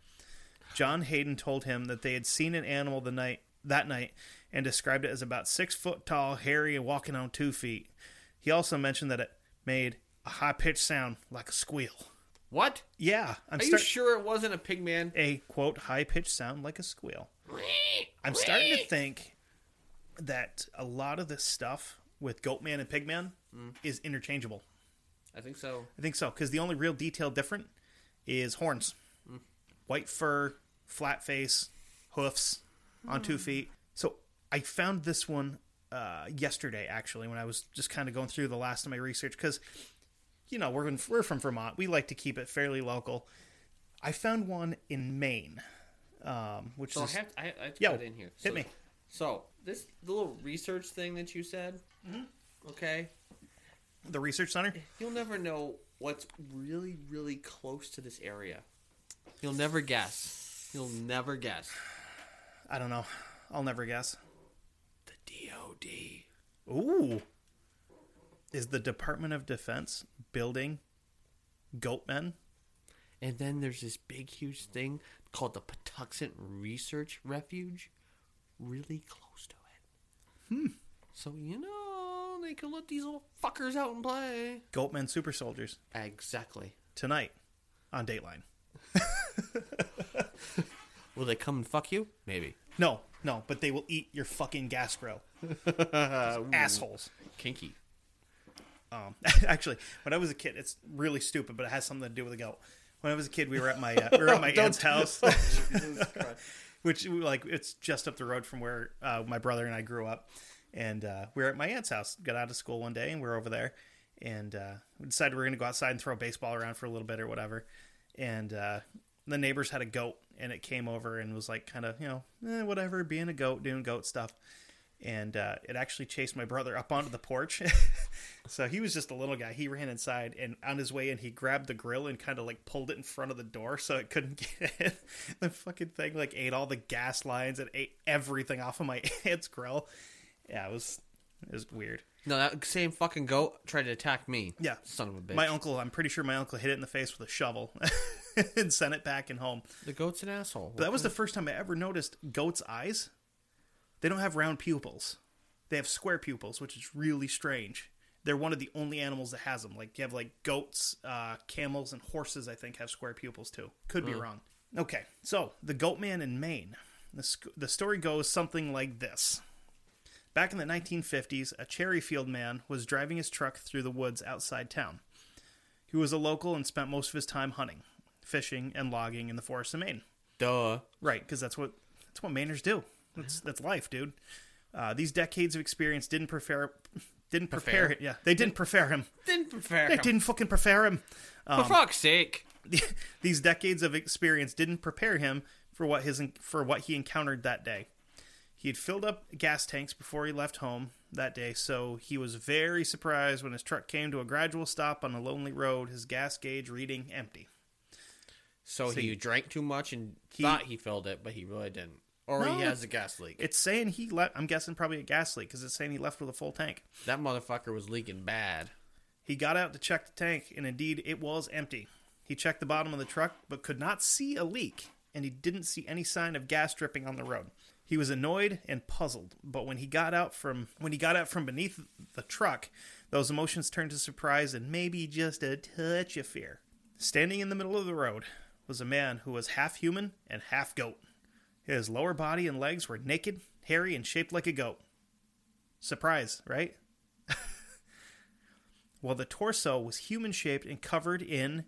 John Hayden told him that they had seen an animal the night that night and described it as about six foot tall, hairy, and walking on two feet. He also mentioned that it made a high pitched sound like a squeal. What? Yeah, I'm Are you start- sure it wasn't a pig man? a quote high pitched sound like a squeal. I'm starting to think that a lot of this stuff with Goatman and Pigman Mm. is interchangeable. I think so. I think so because the only real detail different is horns, Mm. white fur, flat face, hoofs on Mm. two feet. So I found this one uh, yesterday actually when I was just kind of going through the last of my research because you know we're in, we're from Vermont. We like to keep it fairly local. I found one in Maine, um, which So I is have I, I have to Yo, put it in here. hit so, me. So this little research thing that you said, Mm-hmm. okay, the research center. you'll never know what's really really close to this area. You'll never guess. You'll never guess. I don't know. I'll never guess. The DOD. Ooh. Is the Department of Defense building goatmen? And then there's this big, huge thing called the Patuxent Research Refuge, really close to it. Hmm. So, you know, they could let these little fuckers out and play. Goatmen super soldiers Exactly. tonight on Dateline. Will they come and fuck you? Maybe. No, no, but they will eat your fucking gas grill. Assholes. Kinky. Um, actually, when I was a kid, it's really stupid, but it has something to do with a goat. When I was a kid, we were at my uh, we were at my aunt's house, which like it's just up the road from where uh, my brother and I grew up, and uh, we were at my aunt's house. Got out of school one day, and we were over there, and uh, we decided we were going to go outside and throw a baseball around for a little bit or whatever. And uh, the neighbors had a goat, and it came over and was like kind of you know eh, whatever, being a goat, doing goat stuff and uh, it actually chased my brother up onto the porch. so he was just a little guy. He ran inside, and on his way in, he grabbed the grill and kind of like pulled it in front of the door so it couldn't get in. the fucking thing like ate all the gas lines and ate everything off of my aunt's grill. Yeah, it was it was weird. No, that same fucking goat tried to attack me. Yeah. Son of a bitch. My uncle, I'm pretty sure my uncle hit it in the face with a shovel and sent it back and home. the goat's an asshole. But that was the first time I ever noticed goats' eyes. They don't have round pupils. They have square pupils, which is really strange. They're one of the only animals that has them. Like you have like goats, uh, camels, and horses. I think have square pupils too. Could be wrong. Okay, so the goat man in Maine. The sc- the story goes something like this. Back in the 1950s, a Cherryfield man was driving his truck through the woods outside town. He was a local and spent most of his time hunting, fishing, and logging in the forests of Maine. Duh. Right, because that's what that's what Mainers do. That's that's life, dude. Uh, these decades of experience didn't prepare didn't prepare, Prepare? him. Yeah, they didn't prepare him. Didn't prepare They him. didn't fucking prepare him. um, For fuck's sake. these decades of experience didn't prepare him for what his for what he encountered that day. He had filled up gas tanks before he left home that day, so he was very surprised when his truck came to a gradual stop on a lonely road, his gas gauge reading empty. So he drank too much and thought he filled it, but he really didn't. Or No. he has a gas leak. It's saying he left, I'm guessing probably a gas leak, because it's saying he left with a full tank. that motherfucker was leaking bad. He got out to check the tank, and indeed it was empty. He checked the bottom of the truck, but could not see a leak, and he didn't see any sign of gas dripping on the road. He was annoyed and puzzled, but when he got out from when he got out from beneath the truck, those emotions turned to surprise and maybe just a touch of fear. Standing in the middle of the road was a man who was half human and half goat. His lower body and legs were naked, hairy, and shaped like a goat. Surprise, right? while the torso was human shaped and covered in.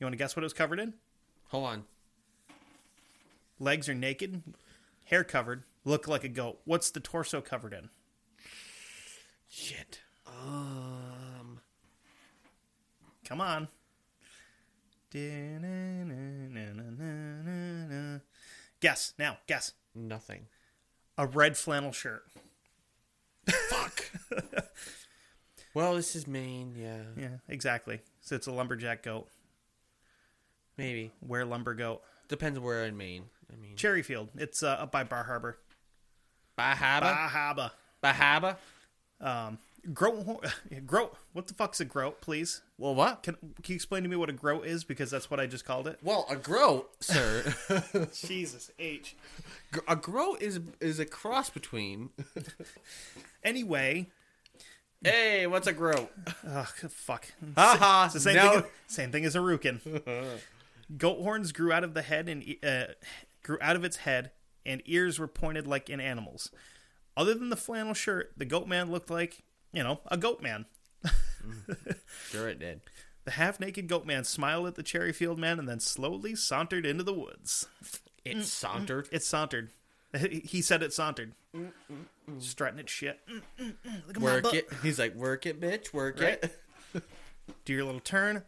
You want to guess what it was covered in? Hold on. Legs are naked, hair covered, look like a goat. What's the torso covered in? Shit. Um. Come on. Da-na-na-na-na-na-na. Guess now, guess. Nothing. A red flannel shirt. Fuck. well, this is Maine. Yeah. Yeah, exactly. So it's a lumberjack goat. Maybe. Where lumber goat? Depends where in Maine. I mean. Cherryfield. It's uh, up by Bar Harbor. Bahaba? Bahaba. Bahaba? Um, groat. Groat. What the fuck's a groat, please? Well, what? Can, can you explain to me what a groat is? Because that's what I just called it. Well, a groat, sir. Jesus H. Gr- a groat is is a cross between. Anyway, Hey, what's a groat? ugh, fuck. Haha, It's the same, no. thing, same thing as a rookin. Goat horns grew out of the head and e- uh, grew out of its head, and ears were pointed like in animals. Other than the flannel shirt, the goat man looked like you know a goat man. Sure, it did. The half-naked goat man smiled at the cherry field man and then slowly sauntered into the woods. It sauntered. It sauntered. He said it sauntered, strutting its shit. Mm, mm, mm, Look at my Work butt. it. He's like, work it, bitch, work Right. it. do your little turn.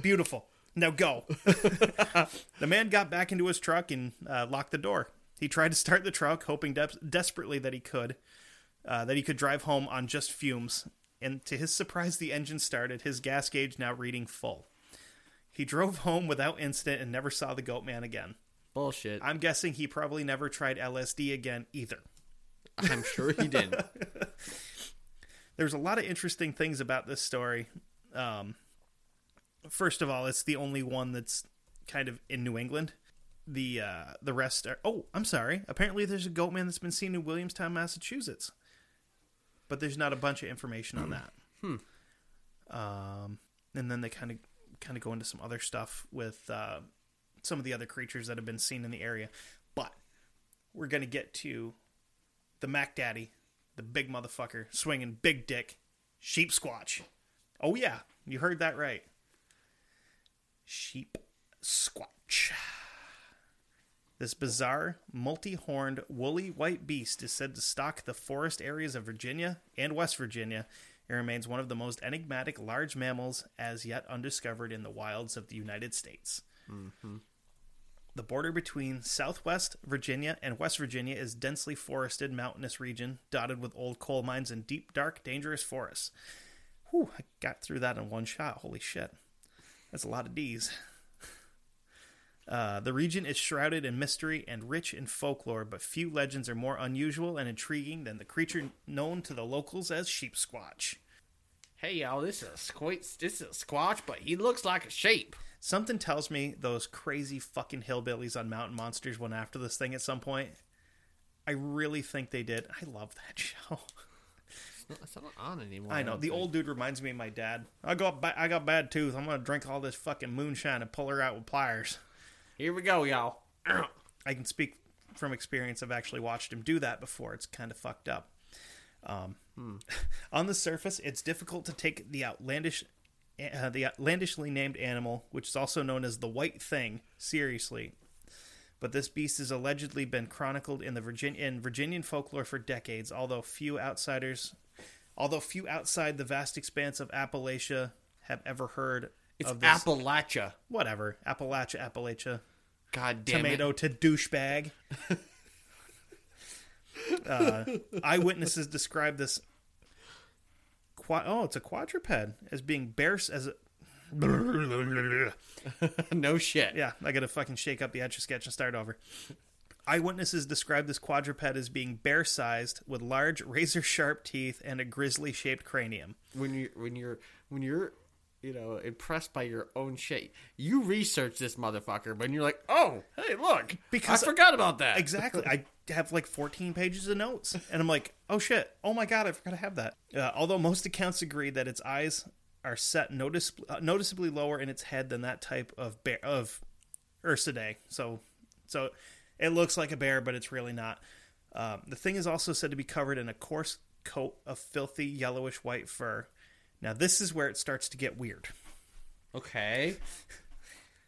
Beautiful. Now go. the man got back into his truck and uh, locked the door. He tried to start the truck, hoping de- desperately that he could, uh, that he could drive home on just fumes. And to his surprise, the engine started, his gas gauge now reading full. He drove home without incident and never saw the goat man again. Bullshit. I'm guessing he probably never tried LSD again either. I'm sure he didn't. there's a lot of interesting things about this story. Um, first of all, it's the only one that's kind of in New England. The uh, the rest are. Oh, I'm sorry. Apparently, there's a goat man that's been seen in Williamstown, Massachusetts, but there's not a bunch of information on that. Um, and then they kind of kind of go into some other stuff with uh, some of the other creatures that have been seen in the area, but we're gonna get to the Mac Daddy, the big motherfucker swinging big dick, sheep squatch. Oh yeah, you heard that right. Sheep squatch. This bizarre, multi-horned, woolly white beast is said to stalk the forest areas of Virginia and West Virginia. It remains one of the most enigmatic large mammals as yet undiscovered in the wilds of the United States. The border between southwest Virginia and West Virginia is densely forested mountainous region dotted with old coal mines and deep, dark, dangerous forests. Whew, I got through that in one shot. Holy shit. That's a lot of D's. Uh, the region is shrouded in mystery and rich in folklore, but few legends are more unusual and intriguing than the creature known to the locals as sheep squatch. Hey, y'all, this is a squat. This is a squatch, but he looks like a sheep. Something tells me those crazy fucking hillbillies on Mountain Monsters went after this thing at some point. I really think they did. I love that show. It's not on anymore. I know. don't The think. old dude reminds me of my dad. I got ba- I got bad tooth. I'm gonna drink all this fucking moonshine and pull her out with pliers. Here we go, y'all. I can speak from experience. I've actually watched him do that before. It's kind of fucked up. Um, On the surface, it's difficult to take the outlandish, uh, the outlandishly named animal, which is also known as the White Thing, seriously. But this beast has allegedly been chronicled in the Virgin- in Virginian folklore for decades, although few outsiders, although few outside the vast expanse of Appalachia have ever heard It's of this. Appalachia. whatever Appalachia, Appalachia God damn it. tomato to douchebag. uh, eyewitnesses describe this. Qua- oh, it's a quadruped as being bear as a. no shit. Yeah, I gotta fucking shake up the etch a sketch and start over. Eyewitnesses describe this quadruped as being bear sized with large razor sharp teeth and a grizzly shaped cranium. When you when you're when you're you know impressed by your own shit, you research this motherfucker. When you're like, oh, hey, look, Because- I forgot about that. Exactly. I have like 14 pages of notes, and I'm like, oh shit, oh my god, I forgot to have that. Uh, although most accounts agree that its eyes are set notice- uh, noticeably lower in its head than that type of bear of Ursidae. So, so it looks like a bear, but it's really not. Um, the thing is also said to be covered in a coarse coat of filthy yellowish white fur. Now this is where it starts to get weird. Okay.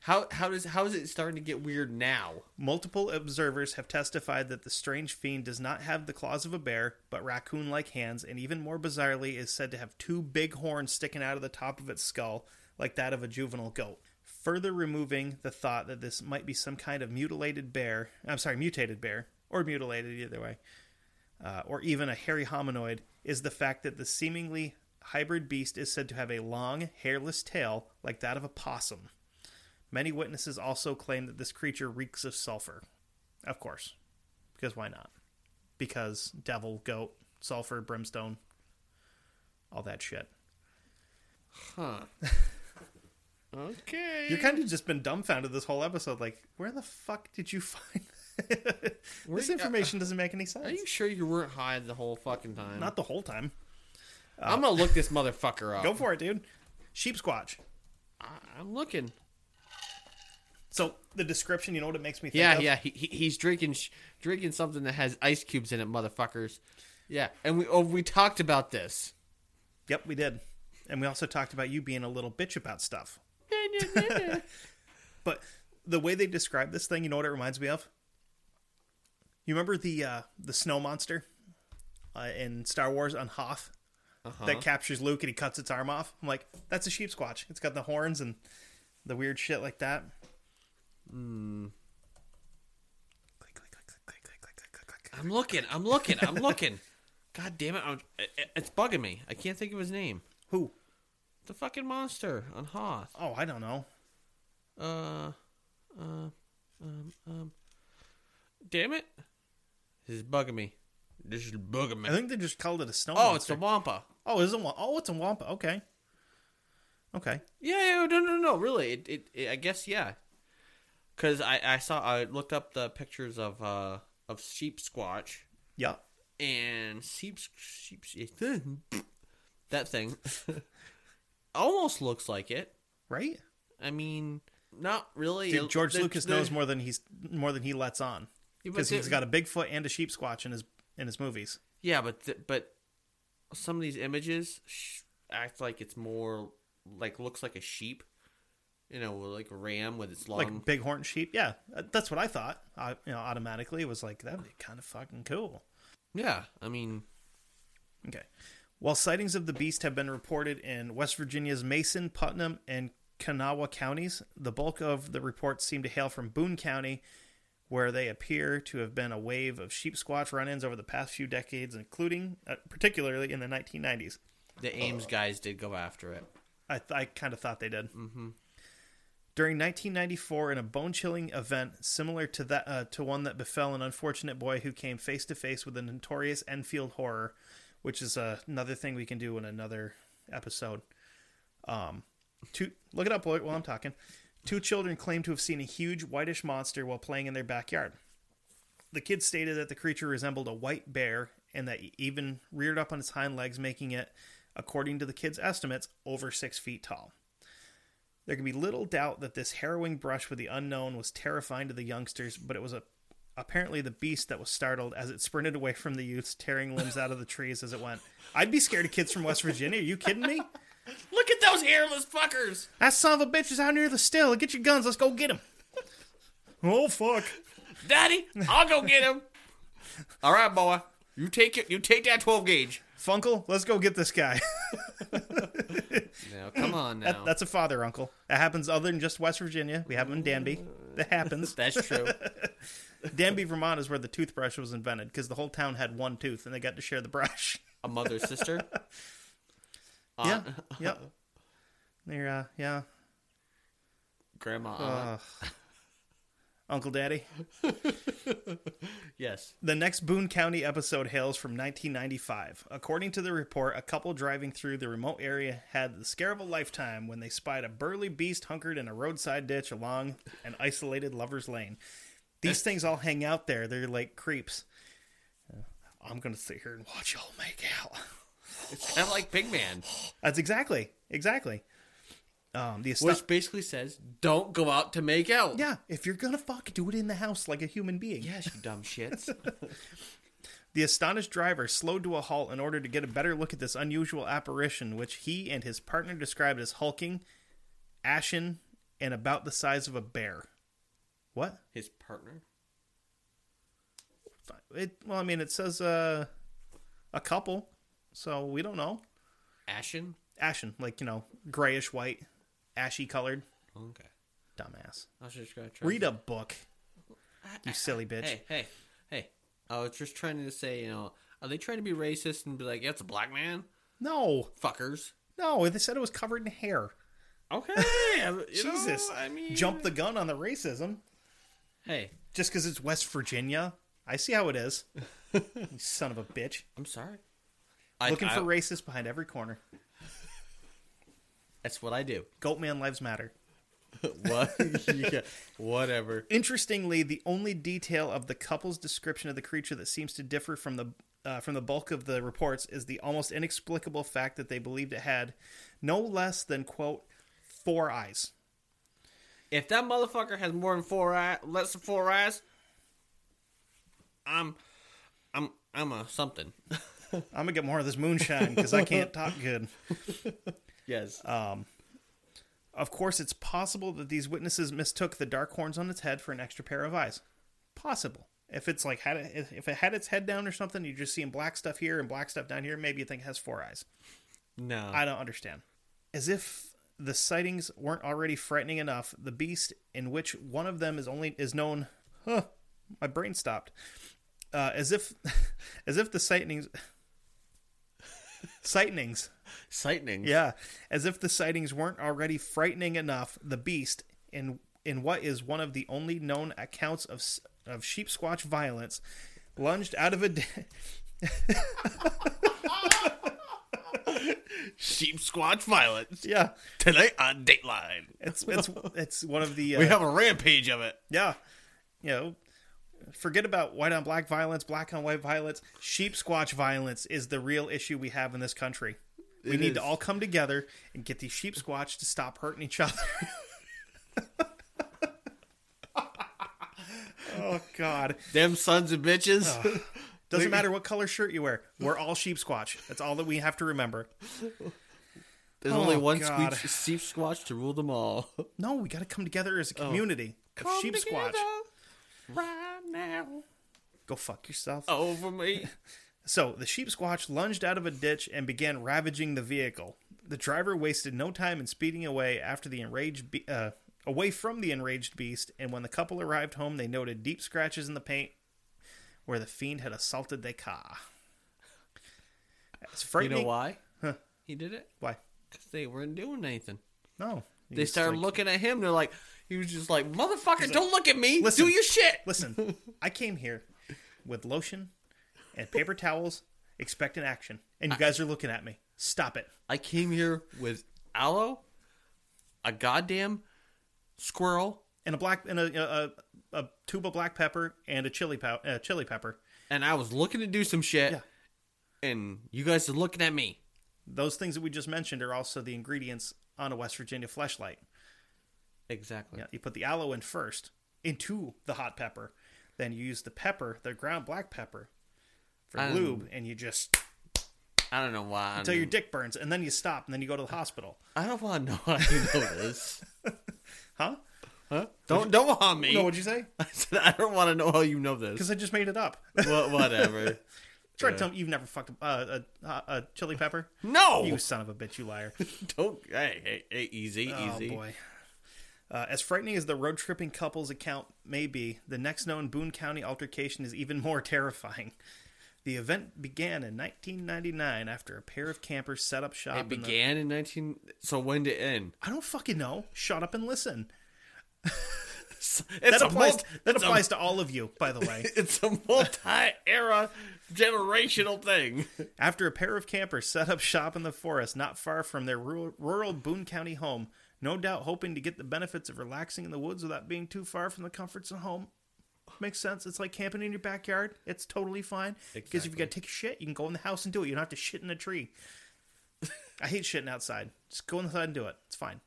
How how does how is it starting to get weird now? Multiple observers have testified that the strange fiend does not have the claws of a bear, but raccoon like hands, and even more bizarrely, is said to have two big horns sticking out of the top of its skull, like that of a juvenile goat. Further removing the thought that this might be some kind of mutilated bear, I'm sorry, mutated bear, or mutilated either way, uh, or even a hairy hominoid, is the fact that the seemingly hybrid beast is said to have a long, hairless tail, like that of a possum. Many witnesses also claim that this creature reeks of sulfur. Of course. Because why not? because devil, goat, sulfur, brimstone, all that shit. Huh. okay. You're kind of just been dumbfounded this whole episode. Like, where the fuck did you find this information? Doesn't make any sense. Are you sure you weren't high the whole fucking time? Not the whole time. I'm gonna look this motherfucker up. Go for it, dude. Sheep squatch. I, I'm looking. So the description, you know what it makes me think Yeah, of? yeah. He, he he's drinking sh- drinking something that has ice cubes in it, motherfuckers. Yeah, and we oh we talked about this. Yep, we did. And we also talked about you being a little bitch about stuff. But the way they describe this thing, you know what it reminds me of? You remember the uh, the snow monster uh, in Star Wars on Hoth Uh-huh. that captures Luke and he cuts its arm off? I'm like, that's a sheep squatch. It's got the horns and the weird shit like that. Hmm. Click, click, click, click, click, click, click, click, click, click. I'm looking. I'm looking. I'm looking. God damn it! I'm, it- it- it's bugging me. I can't think of his name. Who? The fucking monster on Hoth. Oh, I don't know. Uh, uh, um, um. Damn it! This is bugging me. This is bugging me. I think they just called it a snow Oh, it's monster. the Wampa. oh, it's a wa- oh, it's a wampa. Okay. Okay. Yeah, yeah, no, no, no, really. It, it, it I guess, yeah. Because I, I saw, I looked up the pictures of, uh, of sheep squatch Yeah. and sheep, sheep, that thing almost looks like it. Right? I mean, not really. Dude, George They're- Lucas they're- knows more than he's more than he lets on Yeah, but because he's they're- got a Bigfoot and a sheep squatch in his in his movies. Yeah, but th- but some of these images sh- act like it's more like looks like a sheep, you know, like a ram with its long. Like bighorn sheep, yeah, uh, that's what I thought. I, you know, automatically was like that'd be kind of fucking cool. yeah, I mean, Okay. While sightings of the beast have been reported in West Virginia's Mason, Putnam, and Kanawha counties, the bulk of the reports seem to hail from Boone County, where they appear to have been a wave of sheep squatch run-ins over the past few decades, including uh, particularly in the 1990s. the Ames guys did go after it. I, th- I kind of thought they did. Mm-hmm. During 1994, in a bone-chilling event similar to that uh, to one that befell an unfortunate boy who came face to face with the notorious Enfield horror, which is uh, another thing we can do in another episode. Um, two look it up Lloyd, while I'm talking. Two children claimed to have seen a huge whitish monster while playing in their backyard. The kids stated that the creature resembled a white bear and that it even reared up on its hind legs, making it, according to the kids' estimates, over six feet tall. There can be little doubt that this harrowing brush with the unknown was terrifying to the youngsters, but it was a, apparently the beast that was startled as it sprinted away from the youths, tearing limbs out of the trees as it went. I'd be scared of kids from West Virginia. Are you kidding me? Look at those hairless fuckers! That son of a bitch is out near the still. Get your guns. Let's go get him. Oh, fuck. Daddy, I'll go get him. All right, boy, you take it. You take that twelve gauge. Funkle, let's go get this guy. Now, come on now. That's a father uncle. That happens other than just West Virginia. We have them in Danby. That happens. That's, true. Danby, Vermont is where the toothbrush was invented because the whole town had one tooth and they got to share the brush. A mother sister. Yeah. Aunt, yep. They're, uh, yeah. Grandma. uh-huh. Uh. Aunt. Uncle Daddy. yes. The next Boone County episode hails from 1995. According to the report, a couple driving through the remote area had the scare of a lifetime when they spied a burly beast hunkered in a roadside ditch along an isolated lover's lane. These things all hang out there. They're like creeps. Uh, I'm going to sit here and watch y'all make out. It's kind of like Pigman, That's exactly, exactly. Um, the asto- which basically says, "Don't go out to make out." yeah, if you're going to fuck, do it in the house like a human being. Yes, you dumb shits. The astonished driver slowed to a halt in order to get a better look at this unusual apparition, which he and his partner described as hulking, ashen, and about the size of a bear. What? His partner. It, well, I mean, it says uh, a couple, so we don't know. Ashen. Ashen, like, you know, grayish white, ashy colored. Okay. Dumbass. I was just gonna try. Ah, Read a book, you silly bitch. Hey, hey, hey! I was just trying to say, you know, are they trying to be racist and be like, "Yeah, it's a black man, No, fuckers." no, they said it was covered in hair. Okay. Jesus. Jesus. I mean, Jump the gun on the racism. Hey, just because it's West Virginia. I see how it is. You son of a bitch. I'm sorry. I, Looking I- for racists behind every corner. That's what I do. Goatman lives matter. what? yeah, whatever. Interestingly, the only detail of the couple's description of the creature that seems to differ from the uh, from the bulk of the reports is the almost inexplicable fact that they believed it had no less than quote four eyes. If that motherfucker has more than four eyes, less than four eyes, I'm, I'm, I'm a something. I'm gonna get more of this moonshine because I can't talk good. Yes. Of course, it's possible that these witnesses mistook the dark horns on its head for an extra pair of eyes. Possible. If it's like had it, if it had its head down or something, you're just seeing black stuff here and black stuff down here. Maybe you think it has four eyes. no. I don't understand. As if the sightings weren't already frightening enough, the beast in which one of them is only is known. Huh, my brain stopped. Uh, as if, as if the sightings, sightings. Sightning. Yeah, as if the sightings weren't already frightening enough, the beast in in what is one of the only known accounts of s- of sheep squatch violence lunged out of a d- Sheep squatch violence. yeah. Tonight on Dateline. It's it's it's one of the uh, We have a rampage of it. yeah, you know. Forget about white on black violence, black on white violence. Sheep squatch violence is the real issue we have in this country. We It need is. to all come together and get these sheep squatch to stop hurting each other. oh God! Them sons of bitches. Doesn't matter what color shirt you wear. We're all sheep squatch. That's all that we have to remember. There's Oh, only one God. squeech, sheep squatch to rule them all. No, we got to come together as a Oh. community of sheep squatch. right now. Go fuck yourself. Over me. So the sheep squatch lunged out of a ditch and began ravaging the vehicle. The driver wasted no time in speeding away after the enraged be- uh, away from the enraged beast. And when the couple arrived home, they noted deep scratches in the paint where the fiend had assaulted their car. That's You frightening. know why? He did it Why? because they weren't doing anything. No. They started looking at him. They're like, he was just like, motherfucker, don't look at me. "Listen, do your shit. Listen, I came here with lotion and paper towels, expecting action, and you guys are looking at me. Stop it. I came here with aloe, a goddamn squirrel, and a black and a a, a, a tube of black pepper and a chili pow- uh, chili pepper. and I was looking to do some shit, Yeah. and you guys are looking at me. Those things that we just mentioned are also the ingredients on a West Virginia fleshlight. Exactly. You put the aloe in first into the hot pepper, then you use the pepper, the ground black pepper, for Um, lube, and you just I don't know why. until I, your dick burns, and then you stop, and then you go to the hospital. I don't want to know how you know this. Huh? Huh? Don't don't want me. No, what'd you say? I said I don't want to know how you know this. Because I just made it up. Wha- whatever. Try to tell me you've never fucked a, uh, a, a, a chili pepper. No. You son of a bitch, you liar. don't. Hey, hey, hey, easy, easy. Oh boy. Uh, as frightening as the road tripping couple's account may be, the next known Boone County altercation is even more terrifying. The event began in 1999 after a pair of campers set up shop. It in the- began in 19. So when did it end? I don't fucking know. Shut up and listen. It's That a applies. multi- that it's a- applies to all of you, by the way. It's a multi-era generational thing. After a pair of campers set up shop in the forest not far from their rural, rural Boone County home, no doubt hoping to get the benefits of relaxing in the woods without being too far from the comforts of home. Makes sense. It's like camping in your backyard. It's totally fine. Because if you got to take a shit, you can go in the house and do it. You don't have to shit in a tree. I hate shitting outside. Just go inside and do it. It's fine.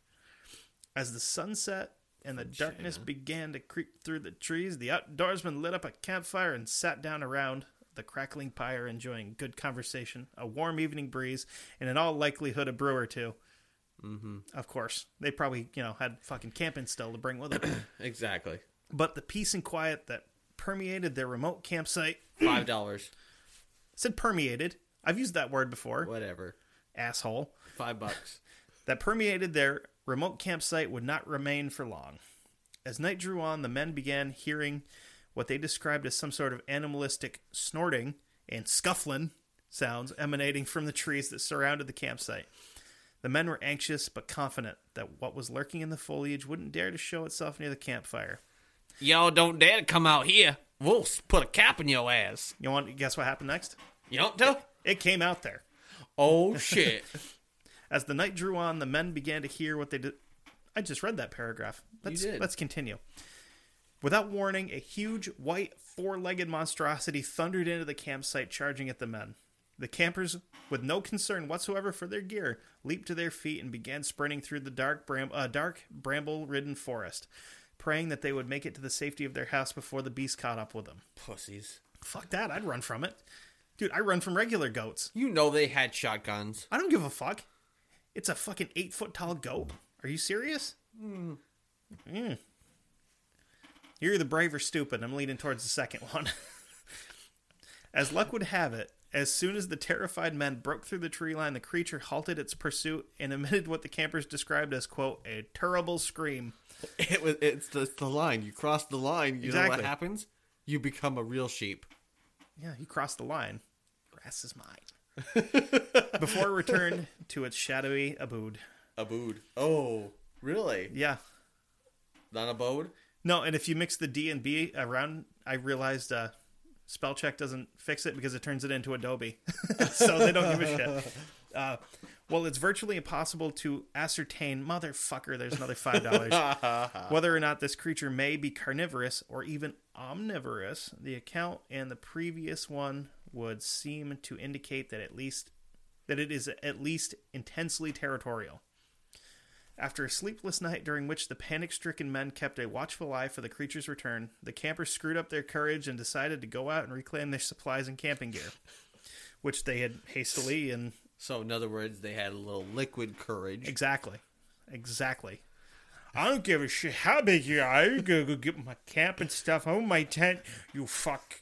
As the sunset and the darkness began to creep through the trees, the outdoorsman lit up a campfire and sat down around the crackling pyre, enjoying good conversation, a warm evening breeze, and in all likelihood a brew or 2 Mm-hmm. Of course, they probably you know had fucking camping still to bring with them. Exactly. but the peace and quiet that permeated their remote campsite Five dollars. said permeated. I've used that word before, Whatever. asshole. Five bucks. that permeated their remote campsite would not remain for long. As night drew on, the men began hearing what they described as some sort of animalistic snorting and scuffling sounds emanating from the trees that surrounded the campsite. The men were anxious but confident that what was lurking in the foliage wouldn't dare to show itself near the campfire. Y'all don't dare to come out here. We'll s- put a cap in your ass. You want to guess what happened next? You don't do? It came out there. Oh shit! As the night drew on, the men began to hear what they did. I just read that paragraph. Let's, did. let's continue. Without warning, a huge white four legged monstrosity thundered into the campsite, charging at the men. The campers, with no concern whatsoever for their gear, leaped to their feet and began sprinting through the dark, bram- uh, dark bramble ridden forest, praying that they would make it to the safety of their house before the beast caught up with them. Pussies. Fuck that, I'd run from it. Dude, I run from regular goats. You know they had shotguns. I don't give a fuck. It's a fucking eight foot tall goat. Are you serious? Mm. You're either brave or stupid. I'm leaning towards the second one. as luck would have it, as soon as the terrified men broke through the tree line, the creature halted its pursuit and emitted what the campers described as "quote a terrible scream." It was. It's the, the line. You cross the line. You know what Exactly. happens? You become a real sheep. Yeah, he crossed the line. Grass is mine. Before it returned to its shadowy abode. Abode. Oh, really? Yeah, Not abode. No, and if you mix the D and B around, I realized uh, spell check doesn't fix it because it turns it into Adobe, so they don't give a shit. Uh, well, it's virtually impossible to ascertain, motherfucker. There's another five dollars. whether or not this creature may be carnivorous or even omnivorous, the account and the previous one would seem to indicate that at least that it is at least intensely territorial. After a sleepless night during which the panic stricken men kept a watchful eye for the creature's return, the campers screwed up their courage and decided to go out and reclaim their supplies and camping gear, which they had hastily and So in other words, they had a little liquid courage. exactly. Exactly. I don't give a shit how big you are. I'm gonna go get my camping stuff, home my tent. You fuck.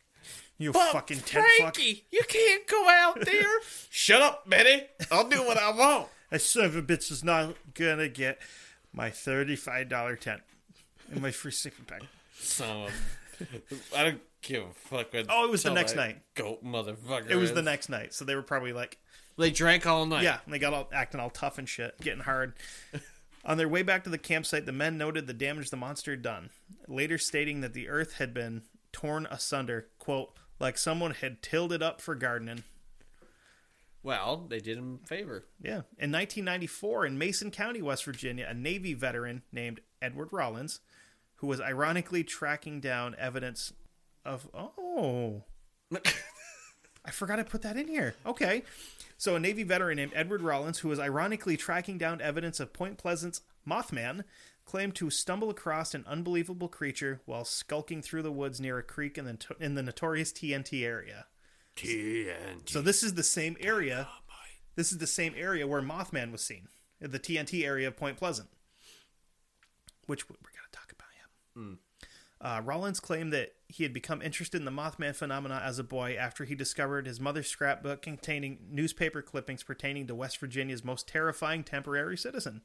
You fucking tent fuck. you can't go out there. Shut up, Betty. I'll do what I want. That son of a bitch is not gonna get my $35 tent and my free sleeping bag. Son of a- I don't give a fuck. What Oh, it was the tell next that night. Goat motherfucker. It was is. the next night, so they were probably like, They drank all night. Yeah, and they got all acting all tough and shit, getting hard. On their way back to the campsite, the men noted the damage the monster had done, later stating that the earth had been torn asunder, quote, like someone had tilled it up for gardening. Well, they did him a favor. Yeah. In 1994, in Mason County, West Virginia, a Navy veteran named Edward Rollins, who was ironically tracking down evidence of. Oh. I forgot I put that in here. Okay. So, a Navy veteran named Edward Rollins, who was ironically tracking down evidence of Point Pleasant's Mothman, claimed to stumble across an unbelievable creature while skulking through the woods near a creek in the, in the notorious TNT area. TNT. So, this is the same area. This is the same area where Mothman was seen, the TNT area of Point Pleasant, which we're going to talk about. Yeah. Uh, Rollins claimed that he had become interested in the Mothman phenomena as a boy after he discovered his mother's scrapbook containing newspaper clippings pertaining to West Virginia's most terrifying temporary citizen.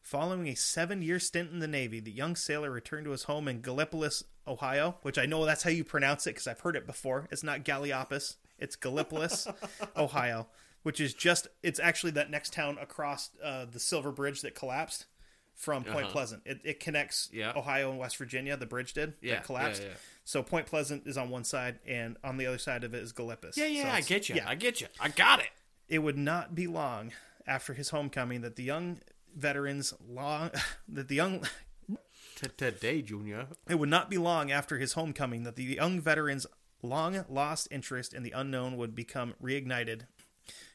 Following a seven year stint in the Navy, the young sailor returned to his home in Gallipolis, Ohio, which I know that's how you pronounce it because I've heard it before. It's not Galliopis, it's Gallipolis, Ohio, which is just, it's actually that next town across uh, the Silver Bridge that collapsed from Point Pleasant. It, it connects Uh-huh. Yeah. Ohio and West Virginia, the bridge did, Yeah, that collapsed. yeah, yeah. So Point Pleasant is on one side, and on the other side of it is Gallipolis. Yeah, yeah, So I it's- get you. Yeah, I get you. I got it. it would not be long after his homecoming that the young veterans long that the young Today, Junior. it would not be long after his homecoming that the young veterans long lost interest in the unknown would become reignited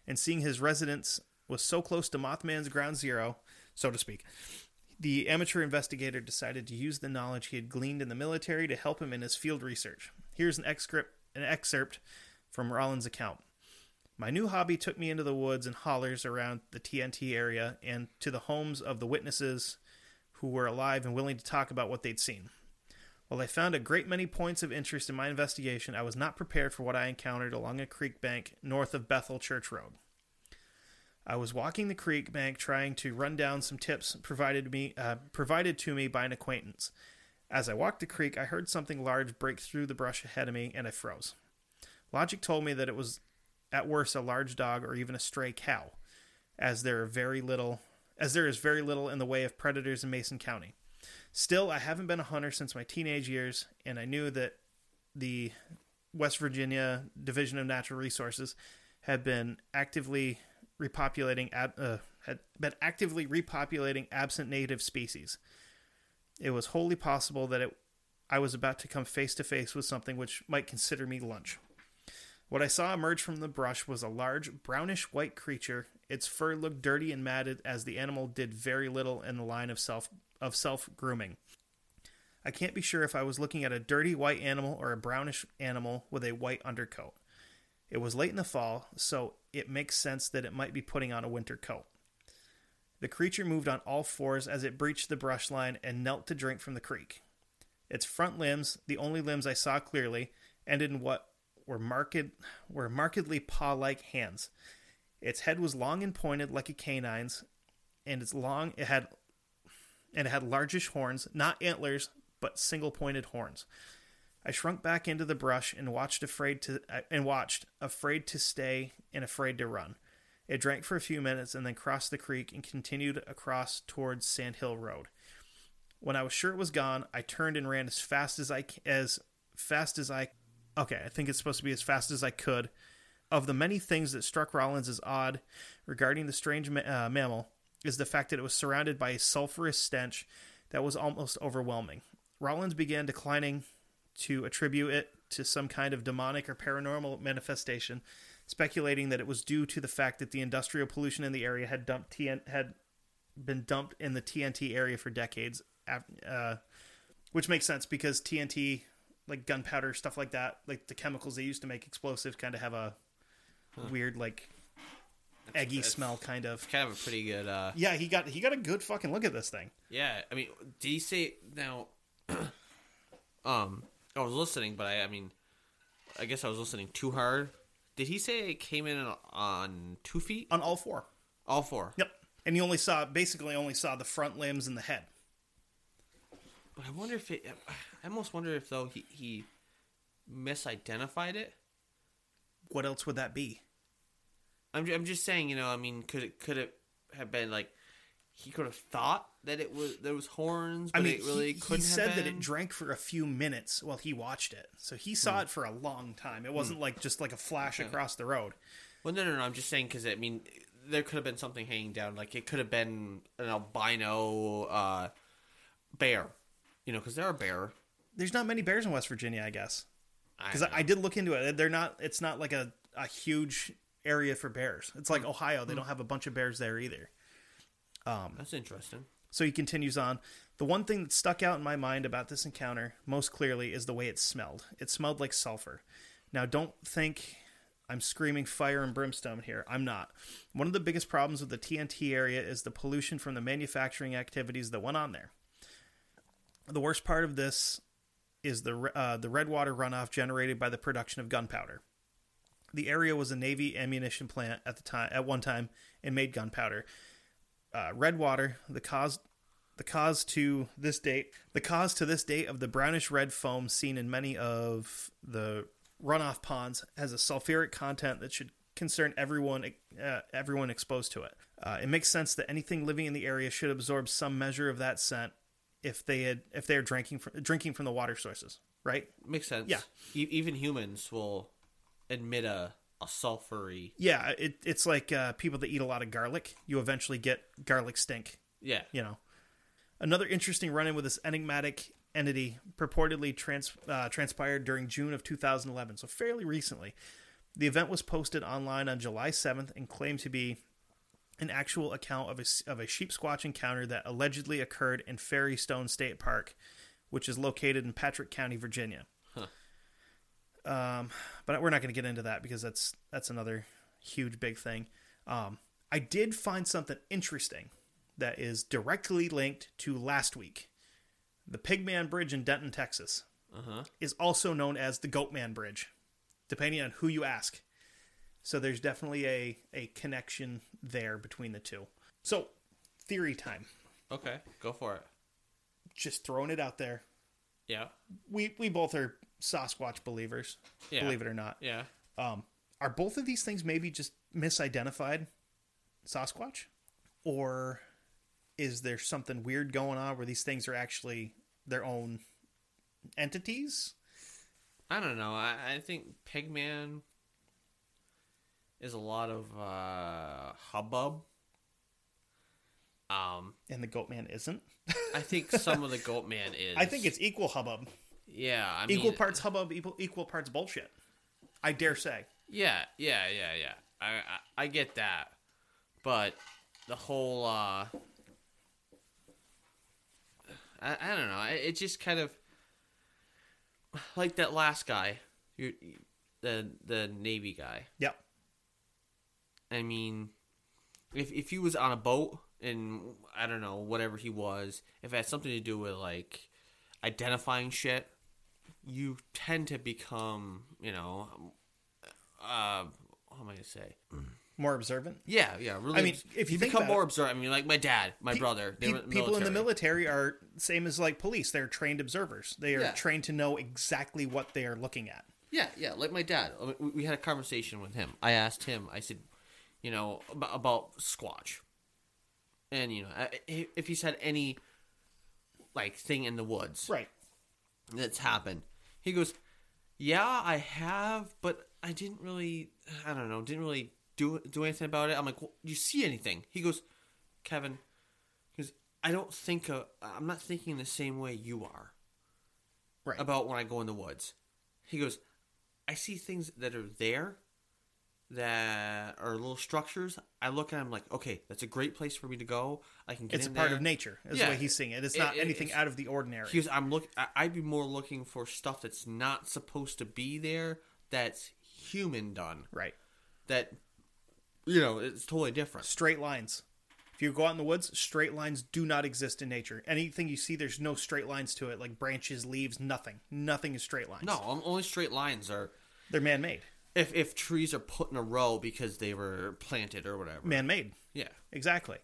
and seeing his residence was so close to mothman's ground zero so to speak the amateur investigator decided to use the knowledge he had gleaned in the military to help him in his field research here's an excerpt an excerpt from rollins account my new hobby took me into the woods and hollers around the TNT area and to the homes of the witnesses who were alive and willing to talk about what they'd seen. While I found a great many points of interest in my investigation, I was not prepared for what I encountered along a creek bank north of Bethel Church Road. I was walking the creek bank trying to run down some tips provided to me uh, provided to me by an acquaintance. As I walked the creek, I heard something large break through the brush ahead of me and I froze. Logic told me that it was at worst a large dog or even a stray cow, as there are very little as there is very little in the way of predators in Mason County. Still, I haven't been a hunter since my teenage years, and I knew that the West Virginia Division of Natural Resources had been actively repopulating ab- uh, had been actively repopulating absent native species. It was wholly possible that it, I was about to come face to face with something which might consider me lunch. What I saw emerge from the brush was a large, brownish white creature. Its fur looked dirty and matted, as the animal did very little in the line of self of self grooming. I can't be sure if I was looking at a dirty white animal or a brownish animal with a white undercoat. It was late in the fall, so it makes sense that it might be putting on a winter coat. The creature moved on all fours as it breached the brush line and knelt to drink from the creek. Its front limbs, the only limbs I saw clearly, ended in what were marked were markedly paw-like hands. Its head was long and pointed like a canine's, and its long it had and it had largish horns, not antlers, but single-pointed horns. I shrunk back into the brush and watched afraid to uh, and watched afraid to stay and afraid to run. It drank for a few minutes and then crossed the creek and continued across towards Sand Hill Road. When I was sure it was gone, I turned and ran as fast as I as fast as I Okay, I think it's supposed to be as fast as I could. Of the many things that struck Rollins as odd regarding the strange ma- uh, mammal is the fact that it was surrounded by a sulfurous stench that was almost overwhelming. Rollins began declining to attribute it to some kind of demonic or paranormal manifestation, speculating that it was due to the fact that the industrial pollution in the area had dumped TN- had been dumped in the TNT area for decades, uh, which makes sense because TNT, like gunpowder stuff like that, like the chemicals they used to make explosives, kind of have a weird like eggy that's- smell, kind of. Kind of a pretty good. uh Yeah, he got he got a good fucking look at this thing. Yeah, I mean, did he say now? um, I was listening, but I, I mean, I guess I was listening too hard. Did he say it came in on two feet? on all four. All four. Yep. And you only saw basically only saw the front limbs and the head. But I wonder if it. I almost wonder if though he he misidentified it. What else would that be? I'm ju- I'm just saying, you know, I mean, could it could it have been like he could have thought that it was there was horns, but I mean, it really he, he couldn't said have that been? it drank for a few minutes while he watched it. So he saw Hmm. it for a long time. It wasn't like just like a flash across the road. Well, no, no, no. I'm just saying because I mean, there could have been something hanging down. Like it could have been an albino uh, bear, you know, because they're a bear. There's not many bears in West Virginia, I guess. I Because don't I, I did look into it. They're not. It's not like a, a huge area for bears. It's like Ohio. They don't have a bunch of bears there either. know. that's interesting. So he continues on. The one thing that stuck out in my mind about this encounter most clearly is the way it smelled. It smelled like sulfur. Now, don't think I'm screaming fire and brimstone here. I'm not. One of the biggest problems with the TNT area is the pollution from the manufacturing activities that went on there. The worst part of this is the re- uh, the red water runoff generated by the production of gunpowder. The area was a Navy ammunition plant at the time at one time and made gunpowder uh, red water the cause the cause to this date the cause to this date of the brownish red foam seen in many of the runoff ponds has a sulfuric content that should concern everyone uh, everyone exposed to it uh, it makes sense that anything living in the area should absorb some measure of that scent if they had if they're drinking from, drinking from the water sources right Makes sense. Yeah. E- even humans will admit a a sulfury. yeah it, it's like uh, people that eat a lot of garlic you eventually get garlic stink Yeah. you know. Another interesting run-in with this enigmatic entity purportedly trans- uh, transpired during June of 2011, so fairly recently. The event was posted online on July 7th and claimed to be an actual account of a, s- of a sheep squatch encounter that allegedly occurred in Ferrystone State Park, which is located in Patrick County, Virginia. Um, but we're not going to get into that because that's that's another huge big thing. Um, I did find something interesting that is directly linked to last week. The Pigman Bridge in Denton, Texas, Uh huh. is also known as the Goatman Bridge, depending on who you ask. So there's definitely a a connection there between the two. So theory time, Okay. Go for it. just throwing it out there. Yeah. We we both are Sasquatch believers, Yeah. believe it or not. Yeah. Um, are both of these things maybe just misidentified Sasquatch? Or is there something weird going on where these things are actually their own entities? I don't know. I, I think Pigman is a lot of uh, hubbub. Um, And the Goatman isn't. I think some of the Goatman is. I think it's equal hubbub. yeah. I equal mean, parts hubbub, equal, equal parts bullshit. I dare say. Yeah, yeah, yeah, yeah. I, I I get that, but the whole uh, I I don't know. I- It just kind of like that last guy, you the the navy guy. Yep. I mean, if if he was on a boat and I don't know whatever he was, if it had something to do with like identifying shit, you tend to become you know, uh, what am I gonna say? More observant. Yeah, yeah. Really, I mean, if you think become about more observant, I mean, like my dad, my brother, they Pe- were people in the military are same as like police. They're trained observers. They are Yeah. trained to know exactly what they are looking at. Yeah, yeah. Like my dad, I mean, we- we had a conversation with him. I asked him. I said, you know, about, about Squatch, and you know, I- I- if he's had any like thing in the woods Right. that's happened. He goes, yeah, I have, but I didn't really. I don't know. Didn't really do do anything about it. I'm like, well, you see anything? He goes, Kevin, because I don't think of, I'm not thinking the same way you are Right. about when I go in the woods. He goes, I see things that are there that are little structures. I look at them like, okay, that's a great place for me to go. I can get it's a in part there. of nature, is Yeah. the way he's seeing it. It's It- not it- anything it's- out of the ordinary. He goes, I'm look. I- I'd be more looking for stuff that's not supposed to be there. That's human done. right. That you know, it's totally different. Straight lines. If you go out in the woods, straight lines do not exist in nature. Anything you see, there's no straight lines to it, like branches, leaves, nothing. Nothing is straight lines. No, on- only straight lines are They're man made. if if trees are put in a row because they were planted or whatever. Man made. Yeah. Exactly.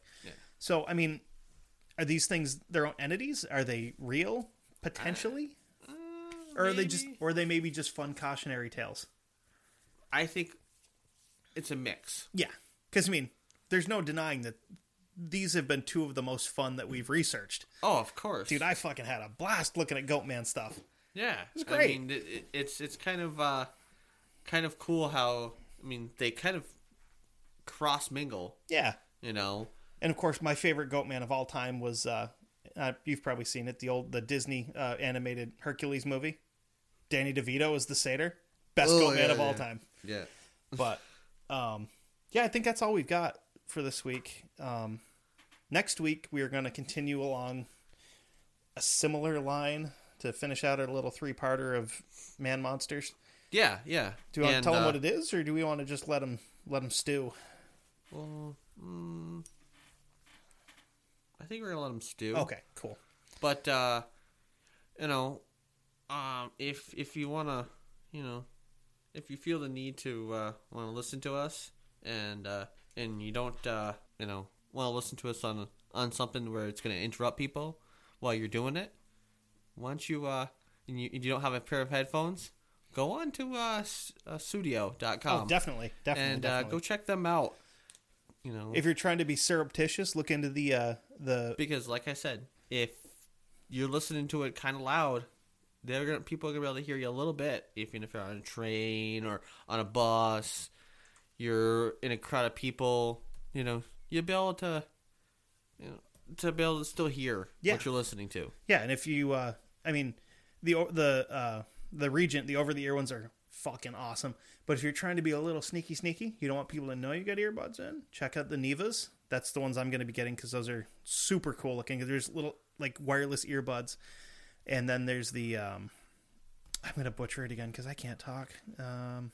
So, I mean, are these things their own entities? Are they real potentially, or are they just, Uh, maybe. or are they maybe just fun cautionary tales? I think it's a mix. Yeah, because I mean, there's no denying that these have been two of the most fun that we've researched. Oh, of course, Dude, I fucking had a blast looking at Goatman stuff. Yeah, it's great. I mean, it, it- it's it's kind of uh, kind of cool how I mean they kind of cross mingle. Yeah, You know, and of course, my favorite Goatman of all time was uh, uh, you've probably seen it the old the Disney uh, animated Hercules movie. Danny DeVito is the satyr, best Oh, Goatman yeah, of all yeah. time. yeah. but um, yeah, I think that's all we've got for this week. Um, next week we are going to continue along a similar line to finish out our little three-parter of man monsters. Yeah, yeah. Do we want And, to tell them uh, what it is, or do we want to just let them let them stew? Well, mm, I think we're gonna let them stew. Okay, cool. But uh, you know, um, if if you wanna, you know, if you feel the need to uh, want to listen to us, and uh, and you don't, uh, you know, want to listen to us on on something where it's gonna interrupt people while you're doing it, why don't you uh, and you, and you don't have a pair of headphones, go on to uh, s- uh studio.com oh, definitely, definitely, Um, and uh, definitely. go check them out. You know, if you're trying to be surreptitious, look into the uh, the because like I said, if you're listening to it kind of loud, they're gonna people are gonna be able to hear you a little bit. Even if you're on a train or on a bus, you're in a crowd of people. You know, you'll be able to, you know, to be able to still hear Yeah. what you're listening to. yeah. And if you, uh, I mean, the o- the uh, the Regent, the over the ear ones are fucking awesome. But if you're trying to be a little sneaky, sneaky, you don't want people to know you got earbuds in. Check out the Nevas. That's the ones I'm going to be getting because those are super cool looking. There's little like wireless earbuds, and then there's the um, I'm going to butcher it again because I can't talk. Um,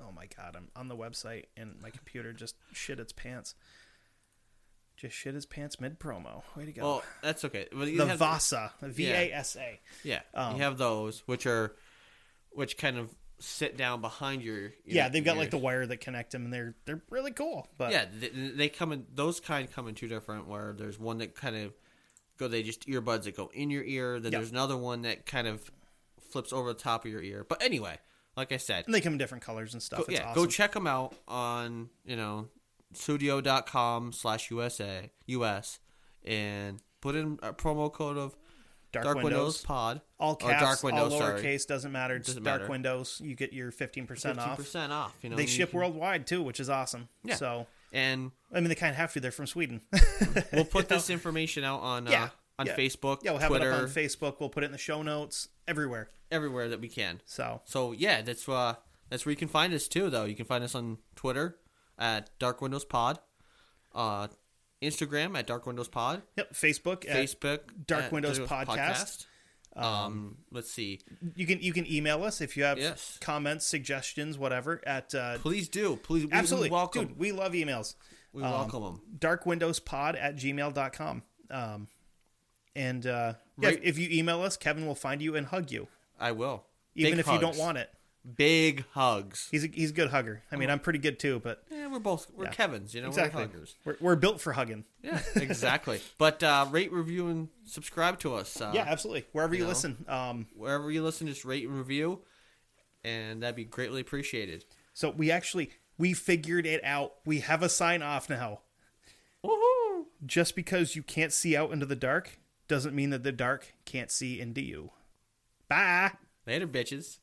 oh my god, I'm on the website and my computer just shit its pants. Just shit its pants mid promo. Way to go Well, that's okay. Well, you the um, have- Vasa, V A S A. yeah, you have those which are, which kind of sit down behind your. your Yeah, they've got your- like the wire that connect them, and they're they're really cool. But yeah they, they come in those kind come in two different where there's one that kind of go they just earbuds that go in your ear then Yeah. there's another one that kind of flips over the top of your ear but anyway like i said and they come in different colors and stuff. go, it's yeah Mm, awesome. go check them out on you know studio.com slash usa us and put in a promo code of Dark, Dark Windows, Windows, Pod. all or caps, Dark Windows, all sorry. lowercase, doesn't matter. Just Doesn't Dark matter. Windows, you get your 15%, off. 50% off. You know, They and you ship can- worldwide too, which is awesome. Yeah. So, And I mean, they kind of have to. They're from Sweden. we'll put this information out on Yeah, uh, on yeah. Facebook, yeah, we'll have Twitter, it up on Facebook. We'll put it in the show notes everywhere. everywhere that we can. So, So yeah, that's uh that's where you can find us too though. You can find us on Twitter at Dark Windows Pod, uh Instagram at Dark Windows Pod, yep, Facebook. at- Facebook Dark at Windows Podcast. Podcast. Um let's see. you can you can email us if you have Yes. comments, suggestions, whatever. At uh, Please do. Please we- we, absolutely, welcome. dude, um, we love emails. we welcome them. darkwindowspod at gmail.com. Um, and uh, yeah, Right. if you email us, Kevin will find you and hug you, I will. even Big if you don't hugs. want it. big hugs. He's a, he's a good hugger. I mean, I'm pretty good too, but Yeah, we're both we're Kevin's, you know, exactly. we're huggers. We're, we're built for hugging. Yeah, exactly. but uh rate, review and subscribe to us. Uh, Yeah, absolutely. Wherever you, know. listen. Um, wherever you listen, just rate and review, and that'd be greatly appreciated. so we actually we figured it out. We have a sign off now. Woohoo! Just because you can't see out into the dark doesn't mean that the dark can't see into you. Bye. Later, bitches.